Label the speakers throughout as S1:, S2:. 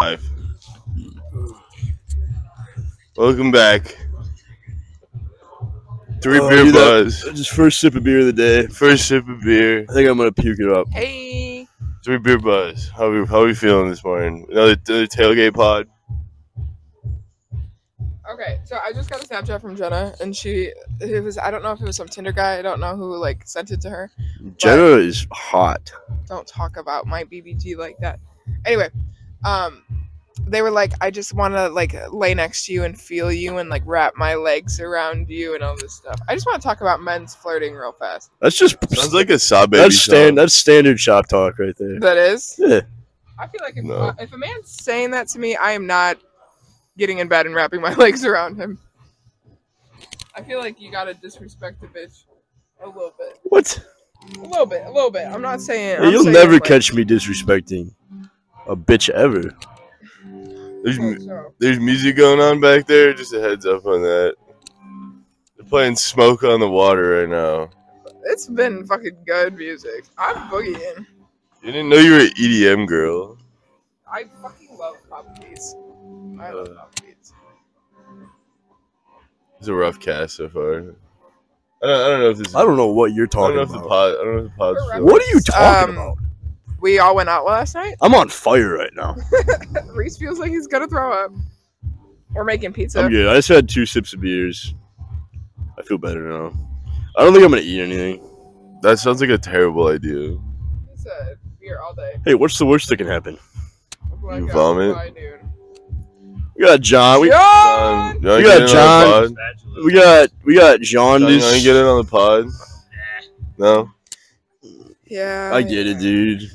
S1: Live. Welcome back. Three
S2: Oh,
S1: beer
S2: you know-
S1: buzz.
S2: Just first sip of beer of the day.
S1: First sip of beer.
S2: I think I'm gonna puke it up.
S1: Hey. Three beer buzz. How we how we feeling this morning? Another, another tailgate pod.
S3: Okay, so I just got a Snapchat from Jenna, and she it was I don't know if it was some Tinder guy. I don't know who like sent it to her.
S2: Jenna is hot.
S3: Don't talk about my BBG like that. Anyway, um, they were like, I just want to like lay next to you and feel you and like wrap my legs around you and all this stuff. I just want to talk about men's flirting real fast.
S2: That's just
S1: Sounds like a sob baby.
S2: that's
S1: song.
S2: stand that's standard shop talk right there.
S3: That is,
S2: Yeah.
S3: I feel like if,
S1: No.
S3: if a man's saying that to me, I am not getting in bed and wrapping my legs around him. I feel like you gotta disrespect the bitch a little bit.
S2: What?
S3: A little bit, a little bit. I'm not saying.
S2: Hey,
S3: I'm
S2: you'll
S3: saying,
S2: never
S3: like-
S2: catch me disrespecting a bitch ever.
S1: There's,
S3: Okay,
S1: mu-
S3: so-
S1: there's music going on back there. Just a heads up on that. They're playing "Smoke on the Water" right now.
S3: It's been fucking good music. I'm boogieing.
S1: You didn't know you were an EDM girl.
S3: I fucking love pop beats. I
S2: Uh.
S3: love pop beats.
S1: It's a rough cast so far. I don't, I don't know if this. Is,
S2: I don't know what
S1: I
S2: you're
S1: don't
S2: talking
S1: know if the
S2: about.
S1: pod. I don't know if the pod's.
S3: We're
S1: feeling-
S2: What are you talking
S3: Um,
S2: about?
S3: We all went out last night.
S2: I'm on fire right now.
S3: Reese feels like he's gonna throw up. We're making pizza.
S2: I'm good. I just had two sips of beers. I feel better now. I don't think I'm gonna eat anything.
S1: That sounds like a terrible idea.
S3: Pizza, beer all day.
S2: Hey, what's the worst that can happen?
S3: Blackout
S1: vomit?
S3: by noon.
S2: We got John. We,
S3: John!
S1: you wanna
S2: We
S1: get
S2: got
S1: in on the
S2: John.
S1: pod?
S2: we got we got
S1: John,
S2: John.
S1: you wanna
S2: this-
S1: get in on the pod? No.
S3: Yeah.
S2: I get it, dude.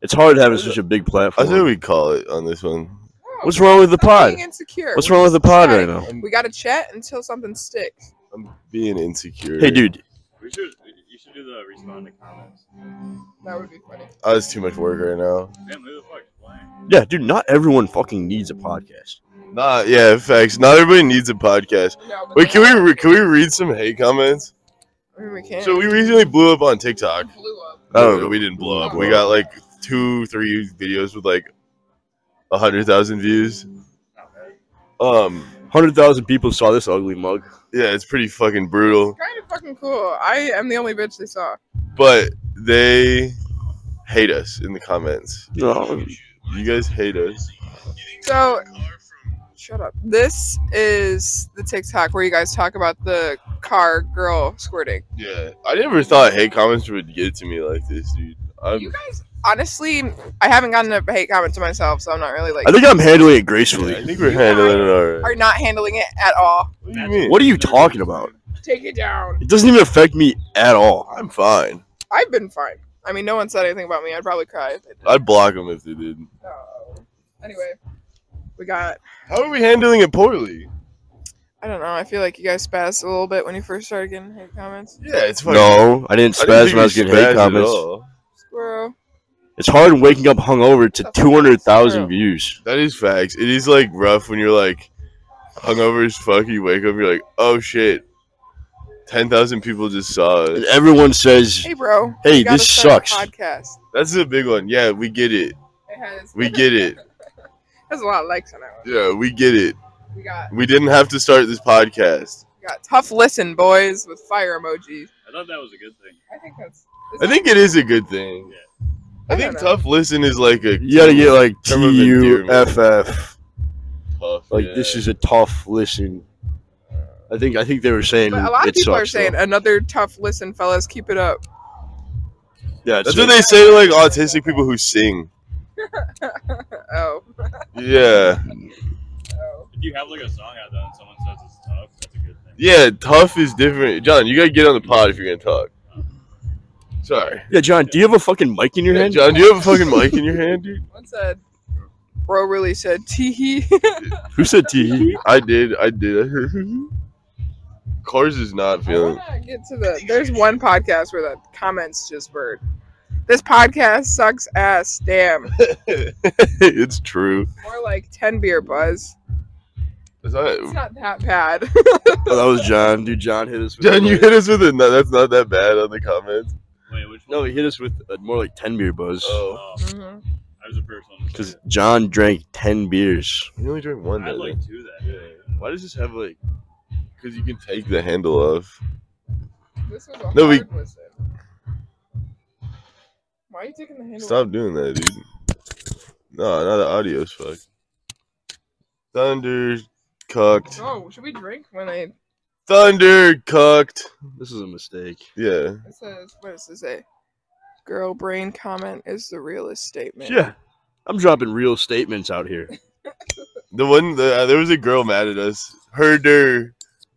S2: It's hard having such a big
S1: I
S2: platform.
S1: said we call it on this one.
S3: No,
S2: What's wrong with the
S3: stop being
S2: pod?
S3: Insecure.
S2: What's wrong with the pod right now?
S3: We gotta chat until something sticks.
S1: I'm being insecure.
S2: Hey, dude.
S4: We should. You should do the respond to comments.
S3: That would be funny.
S1: Oh, it's too much work right now.
S4: Man, who the fuck is playing?
S2: Yeah, dude. Not everyone fucking needs a podcast.
S1: Nah, yeah, facts. Not everybody needs a podcast.
S3: No, but
S1: Wait, can we re- can we read some hate comments?
S3: I mean, we can.
S1: So we recently blew up on TikTok.
S3: blew up.
S2: Oh,
S1: we didn't blow up. We
S2: Blow
S1: got like two, three videos with like a hundred thousand views. Um,
S2: Hundred thousand people saw this ugly mug.
S1: yeah, it's pretty fucking brutal.
S3: Kind of fucking cool. I am the only bitch they saw.
S1: But they hate us in the comments.
S2: No,
S1: You guys hate us.
S3: So, shut up. This is the TikTok where you guys talk about the car girl squirting.
S1: Yeah, I never thought hate comments would get to me like this, dude.
S3: You
S1: I'm,
S3: guys, honestly, I haven't gotten a hate comment to myself, so I'm not really like
S2: I think I'm handling it
S1: yeah, I
S2: gracefully.
S1: think we're handling it alright.
S3: are not handling it at all.
S1: What do you mean?
S2: What are you talking about?
S3: Take it down.
S2: It doesn't even affect me at all.
S1: I'm fine.
S3: I've been fine. I mean, no one said anything about me. I'd probably cry. If they did.
S1: I'd block them if they did.
S3: No. Oh. Anyway, we got.
S1: How are we handling it poorly?
S3: I don't know. I feel like you guys spazzed a little bit when you first started getting hate comments.
S1: Yeah, it's fucking.
S2: No,
S1: I
S2: I didn't
S1: didn't
S2: spaz
S1: think
S2: when I was
S1: we
S2: getting hate
S1: spazzed at
S2: comments.
S1: all.
S3: Squirrel.
S2: It's hard waking up hungover to two hundred thousand views.
S1: That is facts. It is like rough when you're like hungover as fuck. You wake up, you're like, oh shit, ten thousand people just saw us.
S2: Everyone says,
S3: Hey, bro.
S2: "Hey,
S3: you gotta
S2: this
S3: start a
S2: sucks."
S3: podcast.
S1: That's a big one. Yeah, we get it.
S3: It has.
S1: We get it.
S3: There's a lot of likes on that one.
S1: Yeah, we get it.
S3: We got
S1: We didn't have to start this podcast.
S3: we got tough listen boys with fire emoji.
S4: I thought that was a good thing.
S3: I think that's.
S1: I think it is a good thing. I think
S3: don't know.
S1: tough listen is like a
S2: You gotta get like
S1: Term of
S2: T U F F.
S1: tough.
S2: Like this is a tough listen. I think I think they were saying
S3: But a lot of
S2: it
S3: people
S2: sucks,
S3: are saying
S2: though.
S3: another tough listen, fellas. Keep it up.
S2: yeah.
S1: That's
S2: That's
S1: what they say to like autistic people who sing.
S3: Oh,
S1: Yeah.
S3: oh.
S4: If you have like a song out there and someone says it's tough, that's a good thing.
S1: Yeah, tough is different. John, you gotta get on the pod if you're gonna talk. Sorry.
S2: yeah, John. Do you have a fucking mic in your
S1: Yeah,
S2: hand?
S1: John, do you have a fucking mic in your hand, dude?
S3: One said, bro really said tee hee.
S2: Who said T? E? Oh,
S1: I did, I did. Cars is not
S3: I
S1: feeling.
S3: wanna get to the. There's one podcast where the comments just were. This podcast sucks ass. Damn.
S1: it's true.
S3: More like ten beer buzz.
S1: It's not-
S3: It's not that bad.
S2: Oh, that was John. Dude, John hit us. With
S1: John, you hit us with a no, that's not that bad on the comments.
S4: Wait, which one?
S2: No, he hit us with uh more like ten beer buzz.
S1: Oh.
S4: Oh,
S3: Mhm.
S4: I I was the first one. to say
S2: Because
S4: it.
S2: John drank 10 beers.
S1: You only drink one.
S4: I had
S1: though.
S4: like two that day.
S1: Why does this have like? Because you can take the handle off.
S3: This was a
S1: No, we-
S3: hard listen. Why are you taking the handle?
S1: Stop doing that, dude. No, not the audio's fuck. Thunder cucked.
S3: Oh, should we drink when I?
S1: Thunder cucked.
S2: This is a mistake.
S1: Yeah.
S3: It says what does it say? Girl brain comment is the realest statement.
S2: Yeah. I'm dropping real statements out here.
S1: The one the, uh, there was a girl mad at us. Herder,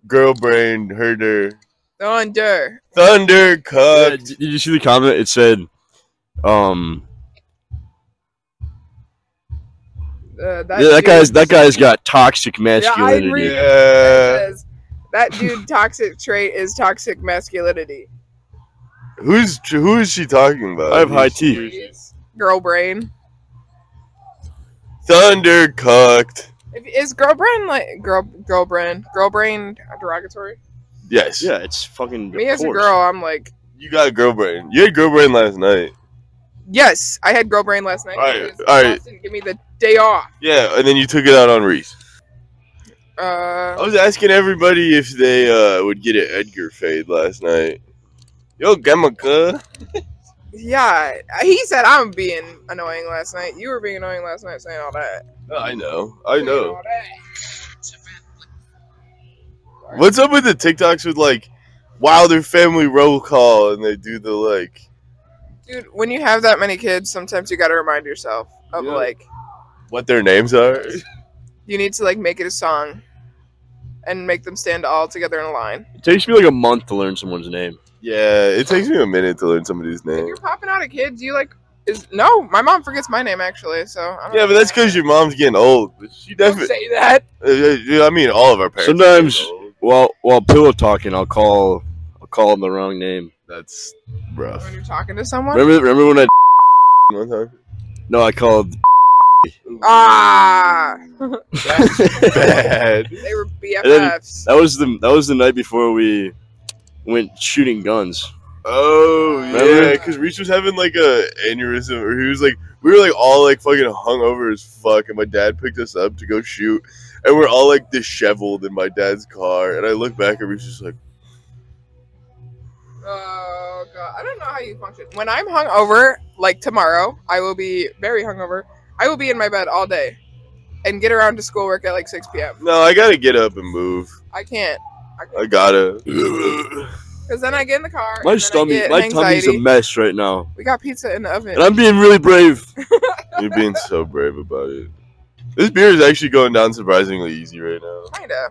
S1: girl brain, herder.
S3: Thunder.
S1: Thunder
S2: Uh,
S1: cucked.
S2: d- did you see the comment? It said, um,
S3: Uh, that,
S2: yeah, that
S3: dude-
S2: guy's that guy's got toxic
S1: Yeah.
S2: masculinity.
S3: agree.
S1: yeah.
S3: says,
S2: uh,
S3: that dude toxic trait is toxic masculinity.
S1: Who's who is she talking about?
S2: I have high T.
S3: Please. Girl brain.
S1: Thunder cucked.
S3: If, is girl brain like girl girl brain girl brain derogatory?
S1: Yes.
S2: Yeah, it's fucking.
S3: Me
S2: of
S3: as a
S2: course.
S3: girl, I'm like
S1: You got girl brain. You had girl brain last night.
S3: yes. I had girl brain last night.
S1: Alright,
S3: because
S1: alright.
S3: Austin Give me the day off.
S1: Yeah, and then you took it out on Reese. I
S3: Uh,
S1: was asking everybody if they uh, would get an Edgar fade last night. Yo, Gemaka.
S3: yeah, he said I'm being annoying last night. You were being annoying last night, saying all that.
S1: I know. I
S3: Saying
S1: know.
S3: all that.
S1: What's up with the TikToks with like Wilder family roll call and they do the like.
S3: dude. When you have that many kids, sometimes you got to remind yourself of
S1: Yeah.
S3: like
S1: What their names are?
S3: you need to like make it a song and make them stand all together in a line.
S2: It takes me like a month to learn someone's name.
S1: Yeah, it takes me a minute to learn somebody's
S3: If
S1: name.
S3: you're popping out a kid, do you like is no, my mom forgets my name actually, so I don't
S1: Yeah, but that's because your mom's getting old. She
S3: don't
S1: definitely.
S3: say that.
S1: I mean, all of our parents. are getting
S2: Sometimes-
S1: old.
S2: While while pillow talking, I'll call I'll call him the wrong name.
S1: That's rough.
S3: When you're talking to someone.
S2: Remember remember when I
S1: One time.
S2: no I called
S3: Ah
S1: That's bad.
S3: they were
S2: then-
S3: BFFs.
S2: that was the that was the night before we went shooting guns.
S1: Oh
S3: Remember?
S1: yeah, because Reach was having like a aneurysm, or he was like, we were like all like fucking hungover as fuck, and my dad picked us up to go shoot, and we're all like disheveled in my dad's car, and I look back and Reach is like,
S3: Oh god. I don't know how you function. When I'm hungover, like tomorrow, I will be very hungover. I will be in my bed all day and get around to schoolwork at like six PM.
S1: no, I gotta get up and move,
S3: I can't. I
S1: I
S3: can't.
S1: gotta.
S3: Because then I get in the car.
S2: My
S3: and then I
S2: stomach
S3: get
S2: my tummy's
S3: anxiety.
S2: a mess right now.
S3: We got pizza in the oven.
S2: And I'm being really brave.
S1: You're being so brave about it. This beer is actually going down surprisingly easy right now.
S3: Kinda.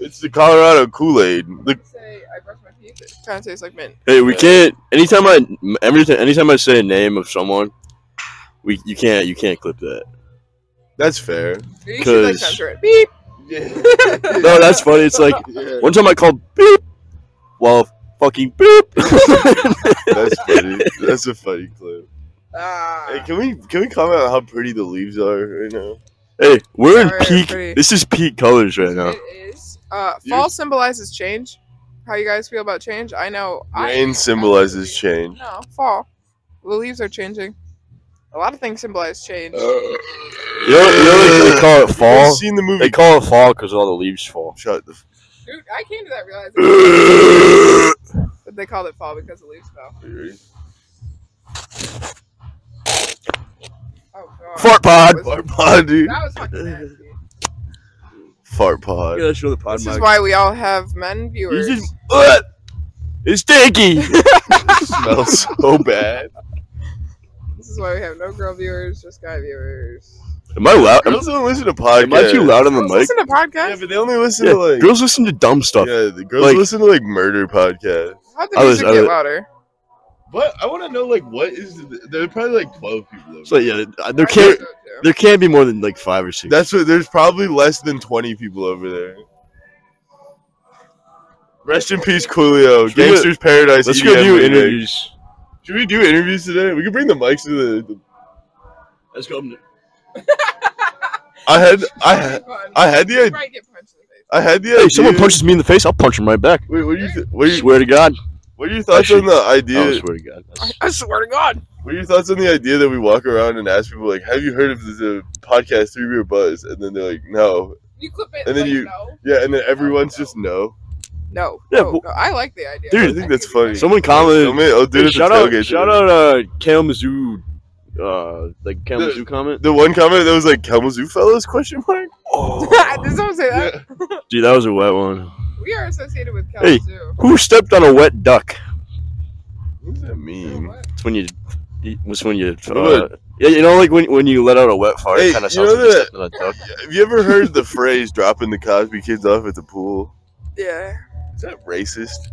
S1: It's the Colorado Kool Aid. The
S3: Say I brush my teeth. It kind of tastes like mint.
S2: Hey, we
S1: Yeah.
S2: can't anytime I every ti- anytime I say a name of someone, we you can't you can't clip that.
S1: that's fair.
S3: You should like
S2: 'Cause-
S3: censor it. Beep.
S2: No, that's funny. It's like
S1: Yeah.
S2: one time I called beep well fucking beep
S1: That's funny. That's a funny clip.
S3: Ah.
S1: Hey, can we can we comment on how pretty the leaves are right now?
S2: Hey, we're in
S3: Sorry,
S2: peak.
S3: everybody.
S2: This is peak colors right now.
S3: It is. Uh,
S1: You-
S3: fall symbolizes change. How you guys feel about change? I know. I,
S1: Rain symbolizes change.
S3: No, fall. The leaves are changing. A lot of things symbolize change.
S2: Uh. You know, you know they, they call it fall.
S1: You've seen the movie?
S2: They call it fall because all the leaves fall.
S1: Shut the. F-
S3: Dude, I came to that realization. that they called it fall because the leaves fell. Oh god.
S2: Fart pod.
S3: That was,
S1: Fart pod, dude.
S3: that was fucking nasty.
S1: Fart pod.
S2: that's the pod
S3: This is why we all have men viewers.
S2: just- Ugh! It's stinky.
S1: It smells so bad.
S3: This is why we have no girl viewers, just guy viewers.
S2: Am I loud? Am,
S1: Girls don't listen to podcasts.
S2: am I too loud on the
S3: Girls
S2: mic?
S3: listen to
S1: Yeah,
S3: podcasts.
S1: but they only listen
S2: Yeah,
S1: to like.
S2: girls listen to dumb stuff.
S1: yeah, the girls
S2: like-
S1: listen to like murder podcasts.
S3: How'd the
S2: I was-
S3: music
S2: I
S3: get
S2: was-
S3: louder?
S1: What I want to know, like, what is? The, there are probably like twelve people. Over
S2: So yeah, uh, there
S3: I think
S2: can't
S3: so, too.
S2: there can't be more than like five or six.
S1: That's what. There's probably less than twenty people over there. Rest in peace, Coolio.
S2: Should we
S1: Gangsters Paradise. E
S2: Let's
S1: EDM
S2: go do
S1: remix.
S2: interviews.
S1: Should we do interviews today? We can bring the mics to the. the
S2: Let's go.
S1: I had. I
S3: That'd
S1: had.
S3: be fun.
S1: I had
S3: You
S1: the.
S3: might get punched in the face.
S1: I had the
S2: Hey,
S1: idea.
S2: someone punches me in the face, I'll punch him right back.
S1: Wait, what do you? Th- what do you?
S2: Swear to God. Oh,
S1: What are your thoughts
S2: I should-
S1: on the
S2: I
S1: idea?
S2: swear to God.
S3: I swear to God.
S1: What are your thoughts on the idea that we walk around and ask people like, "Have you heard of the podcast Three Beer Buzz?" And then they're like, "No."
S3: You clip it
S1: And then
S3: like,
S1: you-
S3: no.
S1: Yeah, and then everyone's just no.
S3: No,
S2: Yeah,
S3: no,
S2: but-
S3: no. I like the idea.
S2: Dude, I
S1: think that's funny.
S2: Someone
S1: Film
S2: commented.
S1: it. I'll do it
S2: Dude,
S1: at the
S2: shout out,
S1: tailgate
S2: shout
S1: today.
S2: out, uh, Kalamazoo, uh, like Kalamazoo comment.
S1: The one comment that was like, "Kalamazoo fellows?" Question mark.
S3: Did someone say that?
S2: Dude, that was a wet one.
S3: We are associated with
S2: Hey.
S3: Kalamazoo.
S2: Who stepped on a wet duck?
S1: What does that mean?
S3: What?
S2: It's when you, it's when you, uh,
S1: What?
S2: yeah, you know, like when, when you let out a wet fart,
S1: Hey,
S2: it kind of
S1: you know
S2: sounds like you
S1: that-
S2: stepped on a duck.
S1: Have you ever heard the phrase "dropping the Cosby kids off at the pool"?
S3: Yeah,
S1: Is that racist?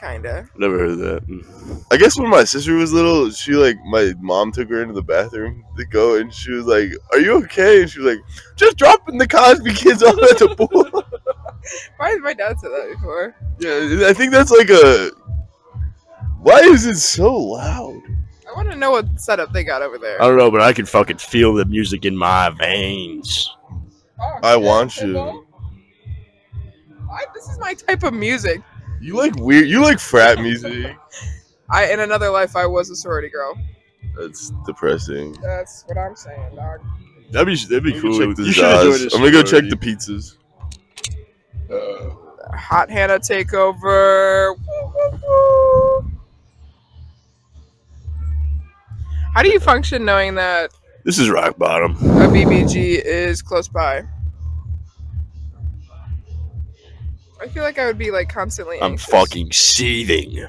S3: kinda.
S2: Never heard of that.
S1: I guess when my sister was little, she like my mom took her into the bathroom to go, and she was like, "Are you okay?" And she was like, "Just dropping the Cosby kids off at the pool."
S3: Why has my dad said that before?
S1: yeah, I think that's like a. Why is it so loud?
S3: I want to know what setup they got over there.
S2: I don't know, but I can fucking feel the music in my veins.
S3: Oh,
S1: I
S3: shit,
S1: want
S3: Timbo.
S1: you.
S3: I, this is my type of music.
S1: You like weird. You like frat music.
S3: I in another life I was a sorority girl.
S1: That's depressing.
S3: That's what I'm saying, dog.
S2: That'd be that'd
S1: I'm gonna check the
S2: You should have
S1: Zaz. I'm gonna go check the pizzas. Uh,
S3: Hot Hannah takeover. Woo, woo, woo. How do you function knowing that
S2: This is rock bottom.
S3: a BBG is close by? I feel like I would be like constantly.
S2: I'm
S3: anxious.
S2: fucking seething.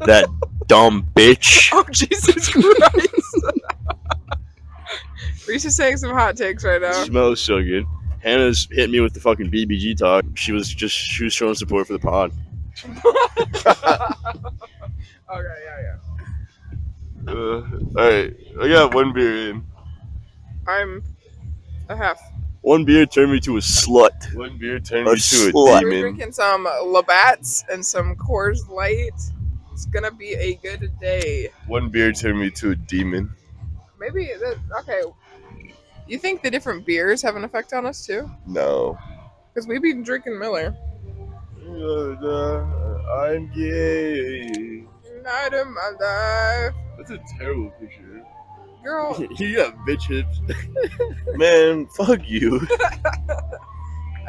S2: that dumb bitch.
S3: Oh Jesus Christ! Reese is saying some hot takes right now.
S2: smells so good. Hannah's hit me with the fucking BBG talk. She was just she was showing support for the pod.
S3: Okay, yeah, yeah.
S1: Uh, all right, I got one beer in.
S3: I'm a half.
S2: One beer turned me to a slut.
S1: One beer turned
S2: A
S1: me to a
S2: slut.
S3: We're
S1: demon.
S3: drinking some Labatt's and some Coors Light. It's gonna be a good day.
S1: One beer turned me to a demon.
S3: Maybe that, okay. You think the different beers have an effect on us too?
S1: No.
S3: Because we've been drinking Miller.
S2: Uh,
S1: I'm gay.
S3: Night of my life,
S1: That's a terrible picture.
S3: girl.
S2: You got bitch hips.
S1: Man, fuck you.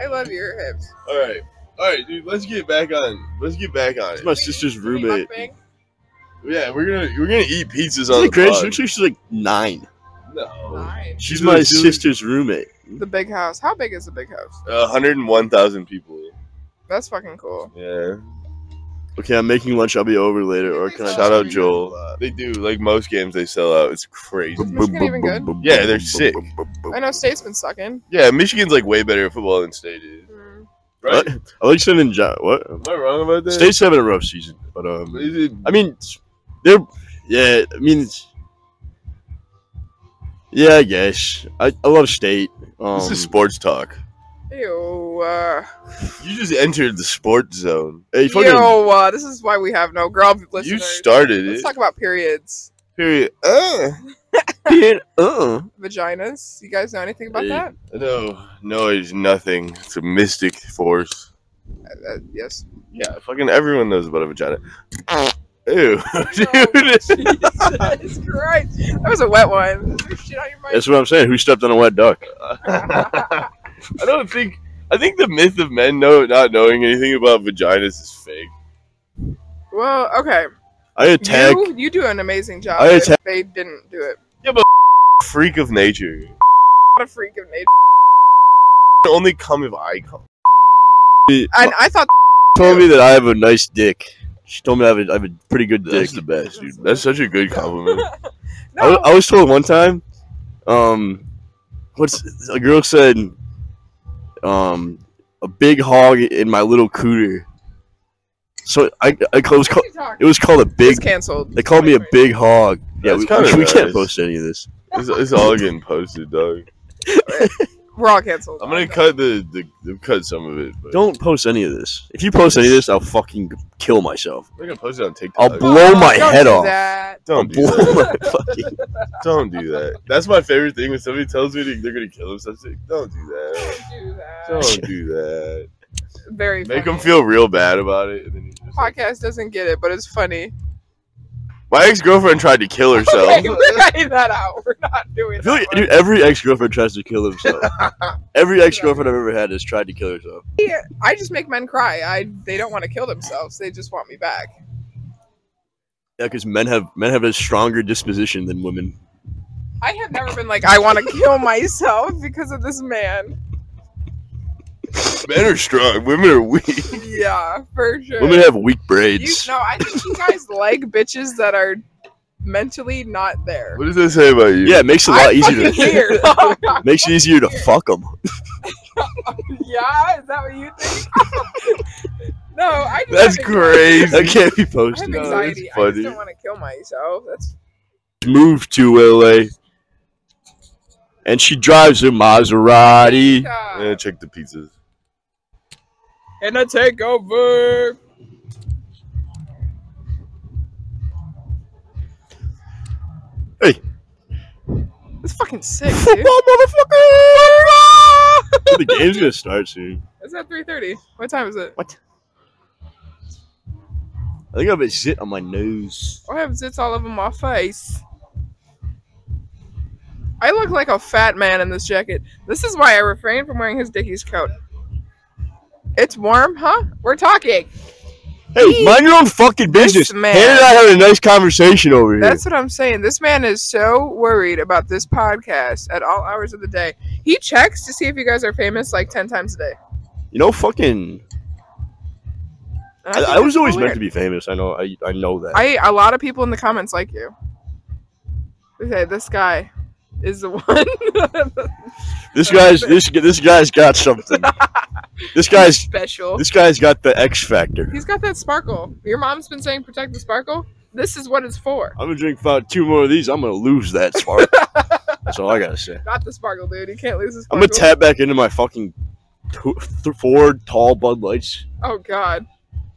S3: I love your hips.
S1: all right, all right, dude. Let's get back on. Let's get back on
S2: It's
S1: it.
S2: my sister's roommate. Isn't
S3: Mukbang?
S1: Yeah, we're gonna we're gonna eat pizzas on the
S2: it crazy?
S1: pod.
S2: Looks like she's like nine.
S1: No.
S3: Nice.
S2: She's
S1: She's
S2: my
S1: a-
S2: sister's roommate.
S3: The big house. How big is the big house?
S1: A Uh, hundred and one thousand people.
S3: That's fucking cool.
S1: Yeah.
S2: Okay, I'm making lunch. I'll be over later. Or can I
S1: Shout out Joel. They do like most games. They sell out. It's crazy.
S3: Is Michigan even good?
S1: Yeah, they're sick.
S3: I know State's been sucking.
S1: Yeah, Michigan's like way better at football than State is.
S3: Mm.
S1: Right?
S2: What? I like Shannon John. What?
S1: Am I wrong about that?
S2: State's having a rough season, but um,
S1: Is it-
S2: I mean, they're yeah. I mean, it's, yeah. I guess I, I love State. Um,
S1: this is sports talk.
S3: Ew. Uh,
S1: You just entered the sports zone.
S2: hey, fucking,
S3: Yo, uh, this is why we have no girl listeners.
S1: You started
S3: Let's
S1: it.
S3: talk about periods.
S1: Period. Uh.
S2: Period. Uh.
S3: Vaginas. You guys know anything about
S2: Hey.
S3: that?
S1: No, no, it's nothing. It's a mystic force.
S3: Uh, uh, yes.
S1: Yeah, fucking everyone knows about a vagina. Ew, dude.
S3: Jesus Christ. That was a wet one. Is there shit on your mic?
S2: That's what I'm saying. Who stepped on a wet duck?
S1: I don't think. I think the myth of men know not knowing anything about vaginas is fake.
S3: well, okay.
S2: I attack.
S3: You, you do an amazing job.
S2: I
S3: if
S2: attack-
S3: they didn't do it.
S1: Freak of nature.
S3: What a freak of nature.
S1: Only come if I come.
S3: And I thought
S2: told me that I have a nice dick. She told me I have a, I have a pretty good dick.
S1: That's the best, dude. That's such a good compliment.
S2: I,
S3: no.
S2: wa- I was told one time, um, what's a girl said, um, a big hog in my little cooter. So I, I it was called, it was called a
S3: It's
S2: big.
S3: canceled.
S2: They called me a big hog. Yeah,
S1: That's
S2: we,
S1: kinda
S2: we
S1: nice.
S2: can't post any of this.
S1: It's, it's all getting posted, dog.
S3: We're all canceled.
S1: I'm gonna cut the, the, cut some of it. But
S2: Don't post any of this. If you post any of this, I'll fucking kill myself.
S1: We're gonna post it on TikTok.
S2: I'll
S3: No,
S2: blow my
S3: don't
S2: head
S3: do
S2: off.
S3: that.
S2: I'll
S1: Don't do
S2: blow
S1: that.
S2: my fucking.
S1: Don't do that. That's my favorite thing when somebody tells me to, they're gonna kill themselves. Like, Don't do that.
S3: Don't do that.
S1: Don't do that.
S3: Very
S1: Make them
S3: funny.
S1: feel real bad about it. And then you just like,
S3: podcast doesn't get it, but it's funny.
S1: My ex girlfriend tried to kill herself.
S3: Okay, we're cutting that out. We're not doing
S2: I feel
S3: that.
S2: like, dude, every ex girlfriend tries to kill themselves. Every
S3: Yeah.
S2: ex girlfriend I've ever had has tried to kill herself.
S3: one. I just make men cry. I they don't want to kill themselves. They just want me back.
S2: Yeah, because men have men have a stronger disposition than women.
S3: I have never been like I want to kill myself because of this man.
S1: Men are strong, women are weak.
S3: Yeah, for sure.
S2: Women have weak
S3: you,
S2: braids.
S3: no, I think you guys like bitches that are mentally not there.
S1: What does that say about you?
S2: Yeah, it makes it a lot
S3: I'm
S2: easier.
S3: fucking
S2: To,
S3: here.
S2: makes it easier to fuck them.
S3: yeah, is that what you think? no, I just
S1: That's
S3: have anxiety.
S1: crazy.
S2: That can't be
S3: I have
S2: posted.
S1: No, that's
S3: anxiety. I just
S1: funny.
S3: don't want to kill myself. That's
S2: Moved to LA, and she drives a Maserati.
S1: I'm
S3: yeah.
S1: gonna check the pizzas.
S3: and a takeover. It's fucking sick, dude.
S2: Football, motherfucker! the game's gonna start soon.
S3: It's at three thirty. What time is it?
S2: I think I have a zit on my nose.
S3: I have zits all over my face. I look like a fat man in this jacket. This is why I refrain from wearing his Dickies coat. It's warm, huh? We're talking.
S2: Hey, mind your own fucking business.
S3: This man.
S2: Hannah and I had a nice conversation over here.
S3: That's what I'm saying. This man is so worried about this podcast at all hours of the day. He checks to see if you guys are famous like 10 times a day.
S2: you know, fucking. I,
S3: And think
S2: I was
S3: that's
S2: always
S3: weird.
S2: meant to be famous. I know. I, I know that.
S3: I a lot of people in the comments like you. They say this guy is the one
S2: this guy's this this guy's got something. this guy's
S3: special.
S2: this guy's got the X factor.
S3: He's got that sparkle. Your mom's been saying protect the sparkle. This is what it's for.
S2: I'm gonna drink about two more of these. I'm gonna lose that spark. That's all I gotta say.
S3: Not the sparkle, dude. You can't lose the
S2: I'm
S3: sparkle.
S2: gonna tap back into my fucking two, th- four tall Bud Lights.
S3: Oh god.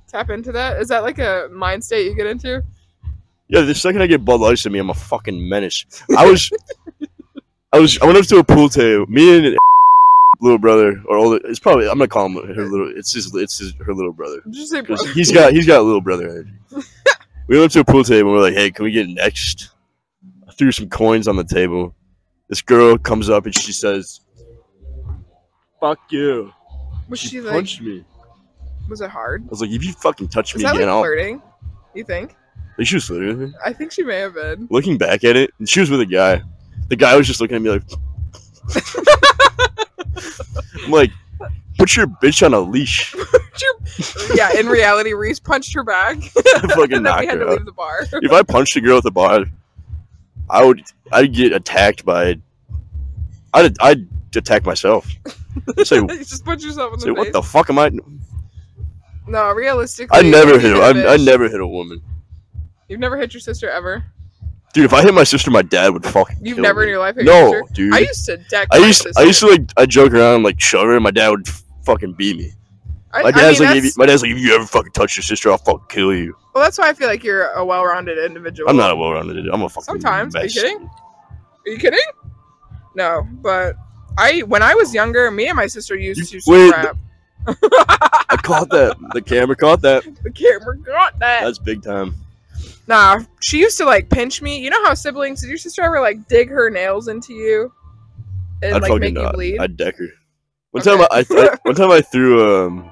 S3: Tap into that? Is that like a mind state you get into?
S2: Yeah, the second I get Bud Lights to me, I'm a fucking menace. I was, I was, I went up to a pool table. Me and little brother, or older, it's probably I'm gonna call him her little. It's his, it's his, her little brother.
S3: Just say
S2: 'Cause he's got he's got a little brother energy. we went up to a pool table and we're like, hey, can we get next? I threw some coins on the table. This girl comes up and she says, Fuck you.
S3: was
S2: She,
S3: she like
S2: punched me.
S3: was it hard?
S2: I was like, if you fucking touch
S3: Is
S2: me
S3: that
S2: again,
S3: like
S2: I'll
S3: flirting? You think?
S2: like, she was literally
S3: I think she may have been.
S2: looking back at it, and she was with a guy. The guy was just looking at me like I'm like, put your bitch on a leash.
S3: yeah, in reality, Reese punched her back.
S2: I fucking
S3: and then we
S2: knock
S3: had
S2: her
S3: to
S2: out.
S3: leave the bar.
S2: if I punched a girl at the bar, I would I'd get attacked by I'd I'd attack myself. Say,
S3: you just put yourself in the
S2: say
S3: face.
S2: what the fuck am I?
S3: no, realistically,
S2: I never
S3: you've
S2: hit. a-
S3: a
S2: I, I
S3: bitch.
S2: never hit a woman,
S3: You've never hit your sister ever.
S2: dude. If I hit my sister, my dad would fucking.
S3: You've
S2: kill
S3: never
S2: me.
S3: in your life hit your
S2: No,
S3: sister.
S2: dude.
S3: I used to deck.
S2: I
S3: my
S2: used I
S3: sister.
S2: used to like I joke around like shove her, and my dad would f- fucking beat me.
S3: I-
S2: My
S3: I
S2: dad's
S3: mean,
S2: like, if you,
S3: that's-
S2: my dad's like, if you ever fucking touch your sister, I'll fucking kill you.
S3: Well, that's why I feel like you're a well-rounded individual.
S2: I'm not a well-rounded. dude. I'm a fucking.
S3: Sometimes. Are you
S2: mess.
S3: kidding? Are you kidding? No, but I when I was younger, me and my sister used
S2: You-
S3: to
S2: wait,
S3: scrap.
S2: I caught that. The camera caught that.
S3: The camera got that.
S2: That's big time.
S3: Nah, she used to like pinch me. You know how siblings? Did your sister ever like dig her nails into you and
S2: I'd
S3: like
S2: fucking
S3: make you
S2: not.
S3: bleed?
S2: I'd deck her. One
S3: Okay.
S2: time I, I, th- one time I threw um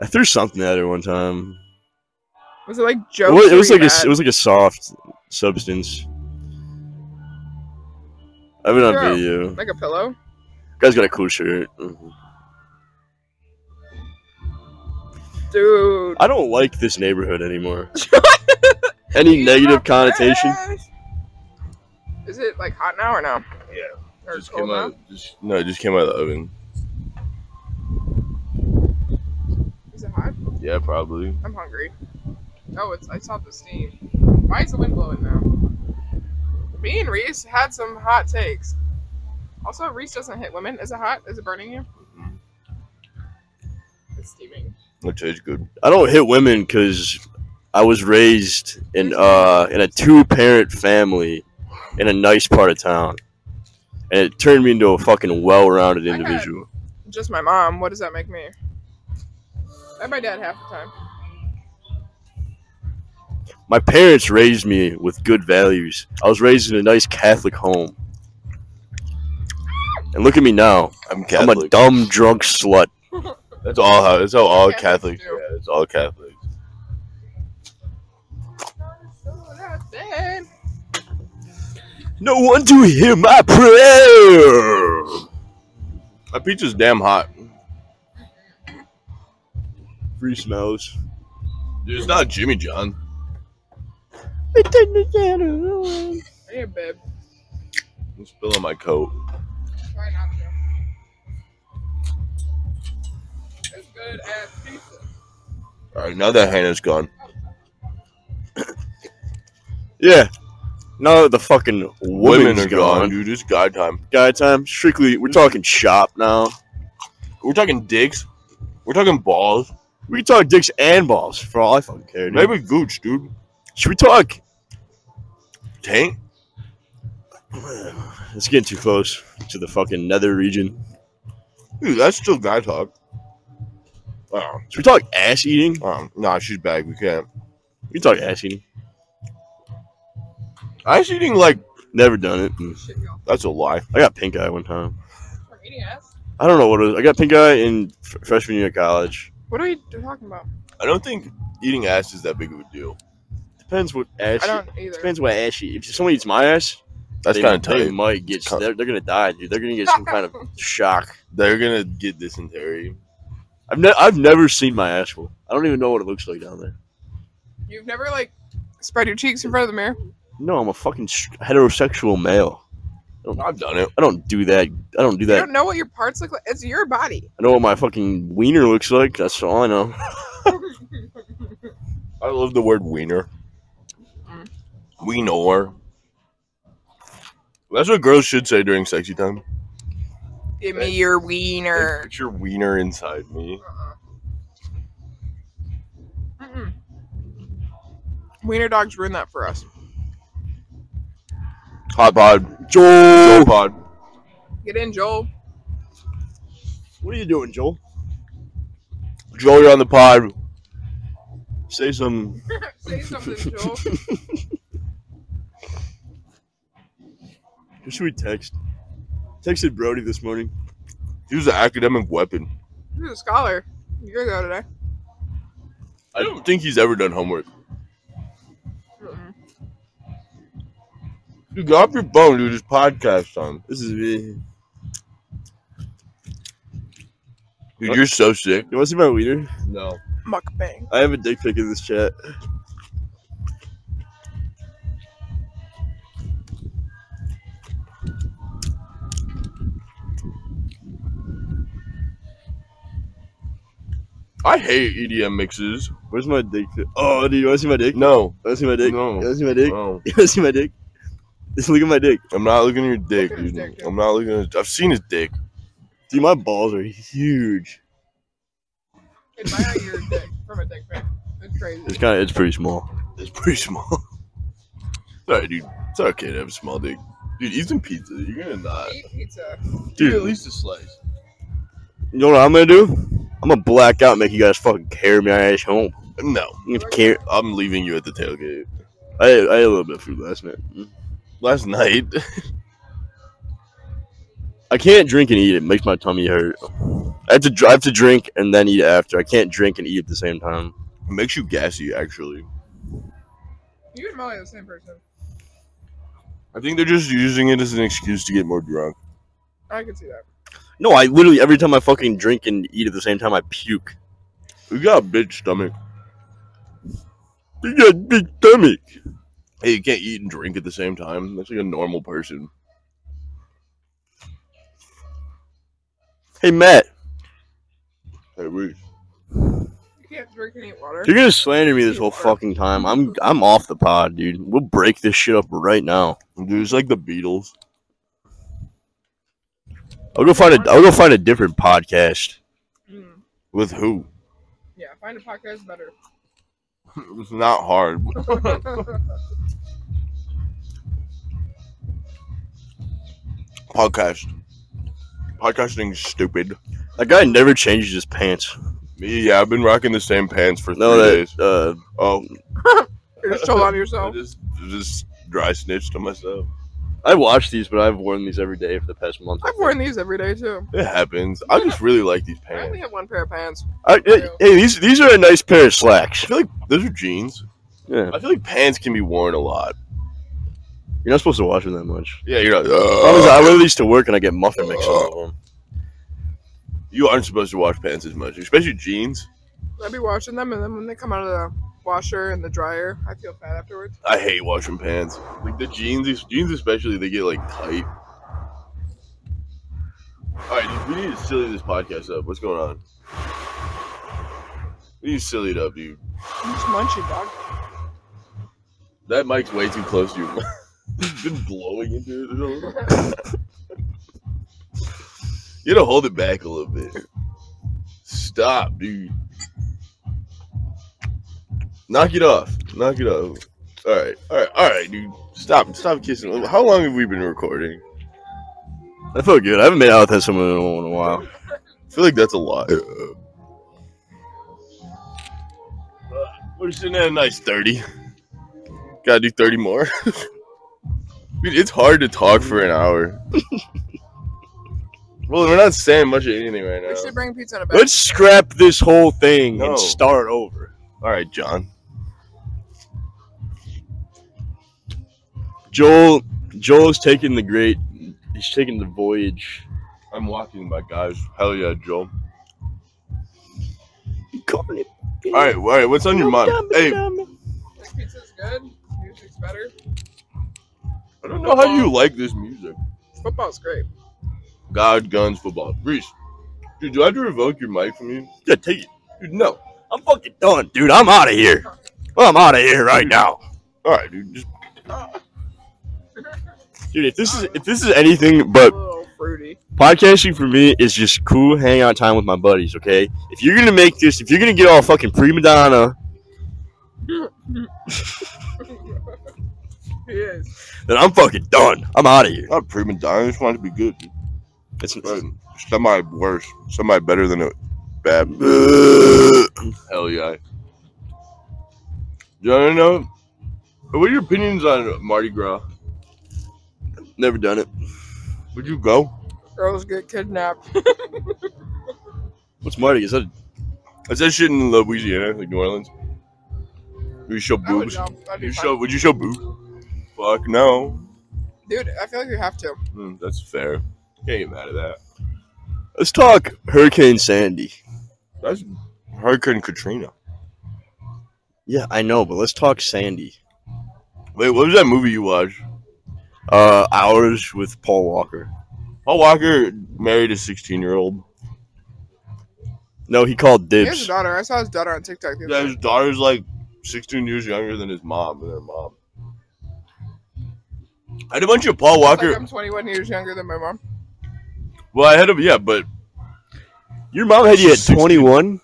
S2: I threw something at her one time.
S3: Was it like
S2: It
S3: jokes?
S2: was, it was
S3: or you
S2: like a, s-
S3: mad?
S2: it was like a soft substance. I have it on
S3: Bro.
S2: video.
S3: like a pillow.
S2: Guy's got a cool shirt. Mhm.
S3: Dude.
S2: I don't like this neighborhood anymore. Any negative connotation?
S3: Is it like hot now or no?
S1: Yeah.
S3: Or
S1: Just
S3: cold
S1: came
S3: now?
S1: out, just, no, it just came out of the oven.
S3: Is it hot?
S1: Yeah, probably.
S3: I'm hungry. Oh, it's I saw the steam. Why is the wind blowing now? Me and Reese had some hot takes. Also, Reese doesn't hit women. Is it hot? Is it burning you?
S1: Mhm.
S3: It's steaming.
S1: It tastes good.
S2: I don't hit women because I was raised in uh in a two parent family in a nice part of town, and it turned me into a fucking well rounded
S3: I had-
S2: individual.
S3: Just my mom. What does that make me? I'm my dad half the time.
S2: my parents raised me with good values. I was raised in a nice Catholic home. And look at me now.
S1: I'm
S2: I'm a dumb drunk slut.
S1: that's all. How, that's how all
S3: Catholics
S1: Catholics.
S3: do.
S1: Yeah, it's all Catholics.
S2: No one to hear my prayer.
S1: My pizza's damn hot.
S2: Free smells.
S1: Dude, it's not Jimmy John.
S3: Hey, babe.
S1: I'm spilling my coat.
S3: Try not to. As good as pizza.
S1: All right, now that henna's gone.
S2: Yeah. Now that the fucking women
S1: Women are gone, dude. It's guy time.
S2: Guy time. Strictly, we're talking shop now.
S1: We're talking dicks. We're talking balls.
S2: We can talk dicks and balls for all I fucking care. Dude.
S1: Maybe gooch, dude.
S2: should we talk?
S1: Tank.
S2: It's getting too close to the fucking nether region.
S1: Dude, that's still guy talk. Oh,
S2: Should we talk ass eating?
S1: um, nah, she's back. We can't.
S2: We can talk ass eating.
S1: Ice eating like
S2: Never done it. Mm.
S3: Shit, y'all.
S1: that's a lie.
S2: I got pink eye one time.
S3: We're eating ass.
S2: I don't know what it was. I got pink eye in f- freshman year of college.
S3: What are you talking about?
S1: I don't think eating ass is that big of a deal.
S2: Depends what ass.
S3: I
S2: you-
S3: don't either.
S2: Depends what ass you. If someone eats my ass,
S1: That's
S2: they-
S1: kind of
S2: They
S1: tight.
S2: might get.
S1: kinda-
S2: They're, they're gonna die, dude. They're gonna get some kind of shock.
S1: They're gonna get dysentery.
S2: I've ne- I've never seen my asshole. I don't even know what it looks like down there.
S3: You've never like spread your cheeks in front of the mirror.
S2: No, I'm a fucking s- heterosexual male.
S1: I've done it.
S2: I don't do that. I don't do
S3: You
S2: that.
S3: don't know what your parts look like. It's your body.
S2: I know what my fucking wiener looks like. That's all I know.
S1: I love the word wiener.
S3: Mm.
S1: Wiener. That's what girls should say during sexy time.
S3: Give
S1: Right.
S3: me your
S1: Like,
S3: wiener.
S1: picture wiener inside me.
S3: Uh-uh. Mm-mm. Wiener dogs ruined that for us.
S1: Hot pod.
S2: Joel,
S1: Joe pod.
S3: Get in, Joel.
S2: what are you doing, Joel?
S1: Joe, you're on the pod.
S2: Say some.
S3: Say something, Joel.
S2: Who should we text? Texted Brody this morning.
S1: He was an academic weapon.
S3: You're a scholar. You're go today.
S1: I don't think he's ever done homework.
S3: Mm-mm.
S1: Dude, get off your phone, dude. This podcast on.
S2: This is me.
S1: Dude, you're so sick.
S2: You want to see my wiener?
S1: No.
S3: Mukbang.
S2: I have a dick pic in this chat.
S1: I hate EDM mixes.
S2: Where's my dick? pic? Oh, dude, you want to see my dick?
S1: No.
S2: You want to see my dick?
S1: No.
S2: You want to see my dick?
S1: No.
S2: You want to see my dick? Just look at my dick.
S1: I'm not looking at your dick,
S3: Look at his dick,
S1: dude.
S3: dude.
S1: I'm not looking at his, I've seen his dick.
S2: Dude, my balls are huge.
S3: Admire your dick from a dick pic. That's crazy.
S2: It's kind of, it's pretty small.
S1: It's pretty small. Sorry, dude. It's okay to have a small dick. Dude, eat some pizza. You're gonna not.
S3: Eat pizza.
S1: Dude, at
S3: Dude.
S1: least a slice.
S2: You know what I'm gonna do? I'm gonna black out, and make you guys fucking carry my ass home.
S1: No.
S2: I'm gonna carry.
S1: I'm leaving you at the tailgate.
S2: I, I ate a little bit of food last night.
S1: Last night,
S2: I can't drink and eat. It makes my tummy hurt. I have to dr- I have to drink and then eat after. I can't drink and eat at the same time.
S1: it makes you gassy, actually.
S3: You and Molly are the same person.
S1: I think they're just using it as an excuse to get more drunk.
S3: I can see that.
S2: No, I literally every time I fucking drink and eat at the same time, I puke.
S1: You got a big stomach.
S2: You got big tummy.
S1: Hey, you can't eat and drink at the same time. That's like a normal person.
S2: Hey Matt,
S1: Hey, Reese.
S3: You can't drink and eat water.
S2: you're gonna slander me this whole fucking time. I'm I'm off the pod, dude. We'll break this shit up right now.
S1: Dude, it's like the Beatles.
S2: I'll go find a I'll go find a different podcast.
S3: Mm.
S1: With who?
S3: Yeah, find a podcast better.
S1: It's not hard. Podcast. Podcasting's stupid.
S2: That guy never changes his pants. uh,
S1: Me, yeah, I've been rocking the same pants for three
S2: No, that
S1: days.
S2: uh,
S1: Oh,
S3: You're just told on
S1: I
S3: yourself.
S1: just just dry snitched on myself.
S2: I watch these, but I've worn these every day for the past month. I
S3: I've
S2: think.
S3: worn these every day too.
S1: It happens. I just really like these
S3: I only
S1: pants.
S3: have one pair of pants.
S2: I- hey, hey, these these are a nice pair of slacks.
S1: I feel like those are jeans.
S2: Yeah,
S1: I feel like pants can be worn a lot.
S2: you're not supposed to wash them that much.
S1: Yeah, you're not.
S2: Problem is, I wear these to work and I get muffin mix out of them.
S1: you aren't supposed to wash pants as much, especially jeans.
S3: I'd be washing them, and then when they come out of the washer and the dryer, I feel fat afterwards.
S1: I hate washing pants. Like the jeans, jeans especially, they get like tight. All right, we need to silly this podcast up. What's going on? We need to silly it up, dude.
S3: You just munch it, dog.
S1: That mic's way too close to you. It's been blowing into it. a little. You gotta hold it back a little bit. Stop, dude. Knock it off. Knock it off. All right, all right, all right, dude. Stop, stop kissing. How long have we been recording?
S2: I feel good. I haven't made out with someone in a while.
S1: I feel like that's a lot. We're sitting at a nice 30. Gotta do 30 more. Dude, it's hard to talk for an hour. well, we're not saying much of anything right
S3: We should
S1: now.
S3: bring pizza in a bag.
S2: Let's scrap this whole thing
S1: No.
S2: and start over.
S1: All right, John.
S2: Joel Joel is taking the great. He's taking the voyage.
S1: I'm walking my guys. Hell yeah, Joel. All right, all right. What's on your mind? Hey, I
S3: Think pizza's good. Music's better.
S1: don't know how you like this music.
S3: Football's great.
S1: God, guns, football. Reese, dude, do I have to revoke your mic from you?
S2: Yeah, take it.
S1: Dude, no.
S2: I'm fucking done, dude. I'm out of here. I'm out of here right now,
S1: All right, dude. Just
S2: dude. If this is if this is anything but
S3: a little fruity.
S2: podcasting for me is just cool hangout time with my buddies. Okay, if you're gonna make this, if you're gonna get all fucking prima donna,
S3: It is.
S2: then I'm fucking done. I'm out of here.
S1: not prima donna. I just want it to be good. Dude.
S2: It's
S1: But somebody worse, somebody better than a bad. Hell yeah. Do I know? What are your opinions on Mardi Gras?
S2: never done it.
S1: Would you go?
S3: Girls get kidnapped.
S2: What's Marty? Is that
S1: Is that shit in Louisiana, like New Orleans? Do you show
S3: I would
S1: boobs?
S3: jump. That'd
S1: Do
S3: be
S1: you
S3: fun.
S1: show? Would you show boobs? Fuck no.
S3: Dude, I feel like we have to.
S1: Hmm, that's fair. Can't get mad at that.
S2: let's talk Hurricane Sandy.
S1: That's Hurricane Katrina.
S2: Yeah, I know, but let's talk Sandy.
S1: Wait, what was that movie you watched?
S2: Uh, hours with Paul Walker.
S1: Paul Walker married a 16 year old.
S2: No, he called
S3: He has a
S2: dibs.
S3: daughter. I saw his daughter on TikTok. The
S1: Yeah,
S3: other
S1: his
S3: day.
S1: daughter's like 16 years younger than his mom and their mom. I had a bunch of Paul
S3: It's like
S1: Walker.
S3: I'm 21 years younger than my mom.
S1: Well, I had a yeah, but
S2: Your mom had you at
S1: 16.
S2: 21.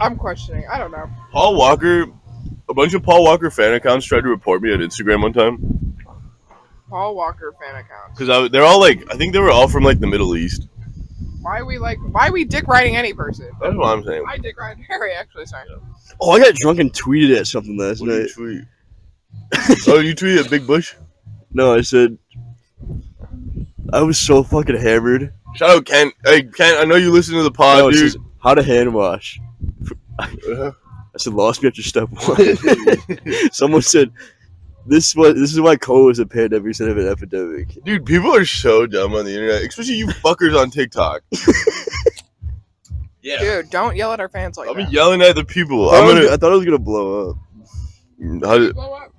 S3: I'm questioning. I don't know.
S1: Paul Walker. A bunch of Paul Walker fan accounts tried to report me on Instagram one time
S3: Paul Walker fan account.
S1: because I they're all like I think they were all from like the Middle East.
S3: Why we like? Why we dick riding any person?
S1: That's what I'm saying.
S3: I dick ride Harry actually. Sorry.
S2: Oh, I got drunk and tweeted at something last
S1: What did
S2: night.
S1: you tweet? oh, you tweeted Big Bush.
S2: No, I said I was so fucking hammered.
S1: Shout out Ken. Hey Ken, I know you listen to the pod,
S2: No, it
S1: Oh, dude.
S2: says, how to hand wash. I said lost me after step one. Someone said this was this is why coal is a pandemic instead of an epidemic.
S1: Dude, people are so dumb on the internet, especially you fuckers on TikTok.
S2: Oh
S1: yeah.
S3: Dude, don't yell at our fans like
S1: I'm
S3: that.
S1: yelling at the people.
S2: I,
S1: I'm
S2: was-
S1: gonna.
S2: I thought it was gonna blow up.
S1: How did-
S3: Blow up.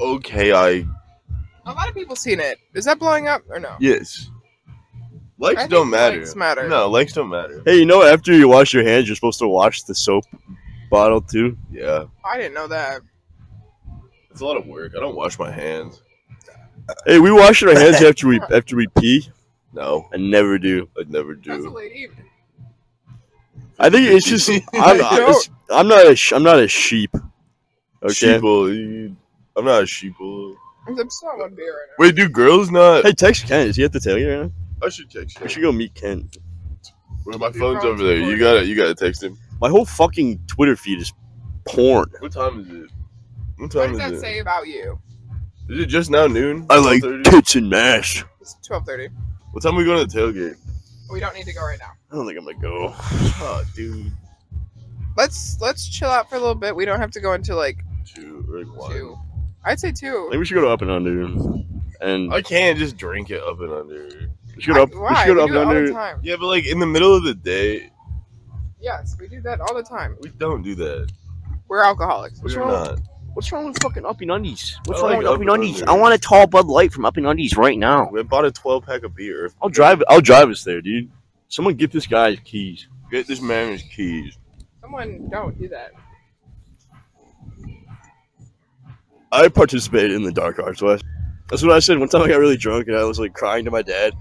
S1: okay, I
S3: A lot of people seen it. Is that blowing up or no?
S1: yes.
S3: I
S1: Likes
S3: think
S1: don't matter.
S3: likes matter.
S1: No, likes don't matter.
S2: Hey, you know after you wash your hands, you're supposed to wash the soap bottle too.
S1: Yeah,
S3: I didn't know that.
S1: it's a lot of work. I don't wash my hands.
S2: Hey, we wash our hands after we after we pee.
S1: No,
S2: I never do.
S1: I'd never
S3: That's a
S1: do.
S3: lady.
S2: I think it's just I'm,
S3: I
S2: I'm, it's- I'm not a sh- I'm not a sheep. Okay.
S1: Sheeple. you- I'm not a sheeple.
S3: I'm so on beer right now.
S1: Wait, do girls not?
S2: Hey, text Ken. Is he at the tailgate right now?
S1: I should text
S2: We
S1: him.
S2: should go meet Ken.
S1: Wait, My
S3: Dude,
S1: phone's
S3: probably
S1: over there. You
S3: recording.
S1: gotta, you gotta text him.
S2: My whole fucking Twitter feed is porn.
S1: What time is it? What
S3: What
S1: time
S3: does
S1: is
S3: that
S1: it?
S3: say about you?
S1: Is it just now noon?
S2: I like
S1: 12:30?
S2: tits and mash.
S3: It's twelve thirty.
S1: What time are we going to the tailgate?
S3: We don't need to go right now.
S2: I don't think I'm gonna go.
S1: Oh, dude.
S3: Let's let's chill out for a little bit. We don't have to go into like
S1: Two or like one.
S3: two. I'd say
S2: I
S3: two.
S2: think we should go to Up and Under, and
S1: I can't just drink it up and under.
S2: we should go to up.
S3: I-
S2: We
S3: why?
S2: should go to
S3: We
S2: Up
S3: do
S2: and
S3: it all
S2: Under.
S3: the time.
S1: Yeah, but like in the middle of the day,
S3: Yes, we do that all the time.
S1: we don't do that.
S3: We're alcoholics.
S2: What's
S1: We're
S2: wrong?
S1: not.
S2: What's wrong with fucking Uppy Undies? What's
S1: I
S2: wrong
S1: like
S2: with Uppy
S1: Up and
S2: Undies?
S1: Under.
S2: I want a tall Bud Light from Uppy Undies right now.
S1: We bought a 12 pack of beer.
S2: I'll drive. I'll drive us there, dude. Someone get this guy his keys.
S1: Get this man his keys.
S3: Someone don't do that.
S2: I participated in the dark arts last. That's what I said. One time I got really drunk and I was like crying to my dad.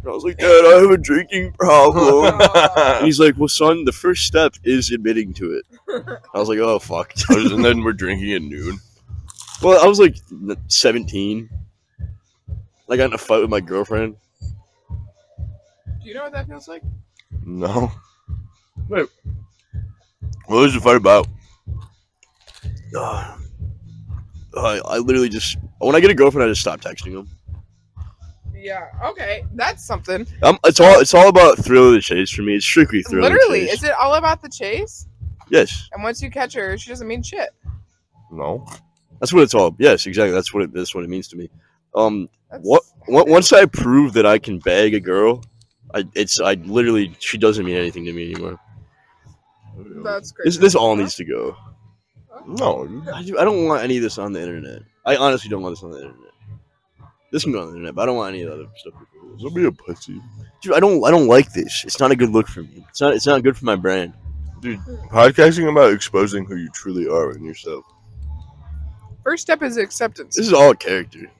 S2: And I was like, Dad, I have a drinking problem. and
S1: and
S2: he's like, Well, son, the first step is admitting to it. I was like, Oh, fuck.
S1: then we're drinking at noon.
S2: well, I was like 17. I got in a fight with my girlfriend.
S3: Do you know what that feels like?
S1: No. Wait. What was the fight about?
S2: Ugh. I, I literally just, when I get a girlfriend, I just stop texting them.
S3: Yeah. Okay. That's something.
S2: Um, it's all it's all about thrill of the chase for me. It's strictly thrill
S3: Literally,
S2: of the chase.
S3: is it all about the chase?
S2: yes,
S3: And once you catch her, she doesn't mean shit.
S1: No.
S2: that's what it's all. Yes, exactly. That's what it, that's what it means to me. Um,
S3: That's,
S2: What, what once I prove that I can bag a girl, I it's I literally she doesn't mean anything to me anymore.
S3: That's crazy.
S2: This this all needs to go.
S1: No.
S2: I, do, I don't want any of this on the internet. I honestly don't want this on the internet. This can go on the internet, but I don't want any of the other stuff.
S1: Don't be a pussy.
S2: Dude, I don't I don't like this. It's not a good look for me. It's not it's not good for my brand.
S1: Dude, podcasting about exposing who you truly are in yourself.
S3: First step is acceptance.
S2: This is all character.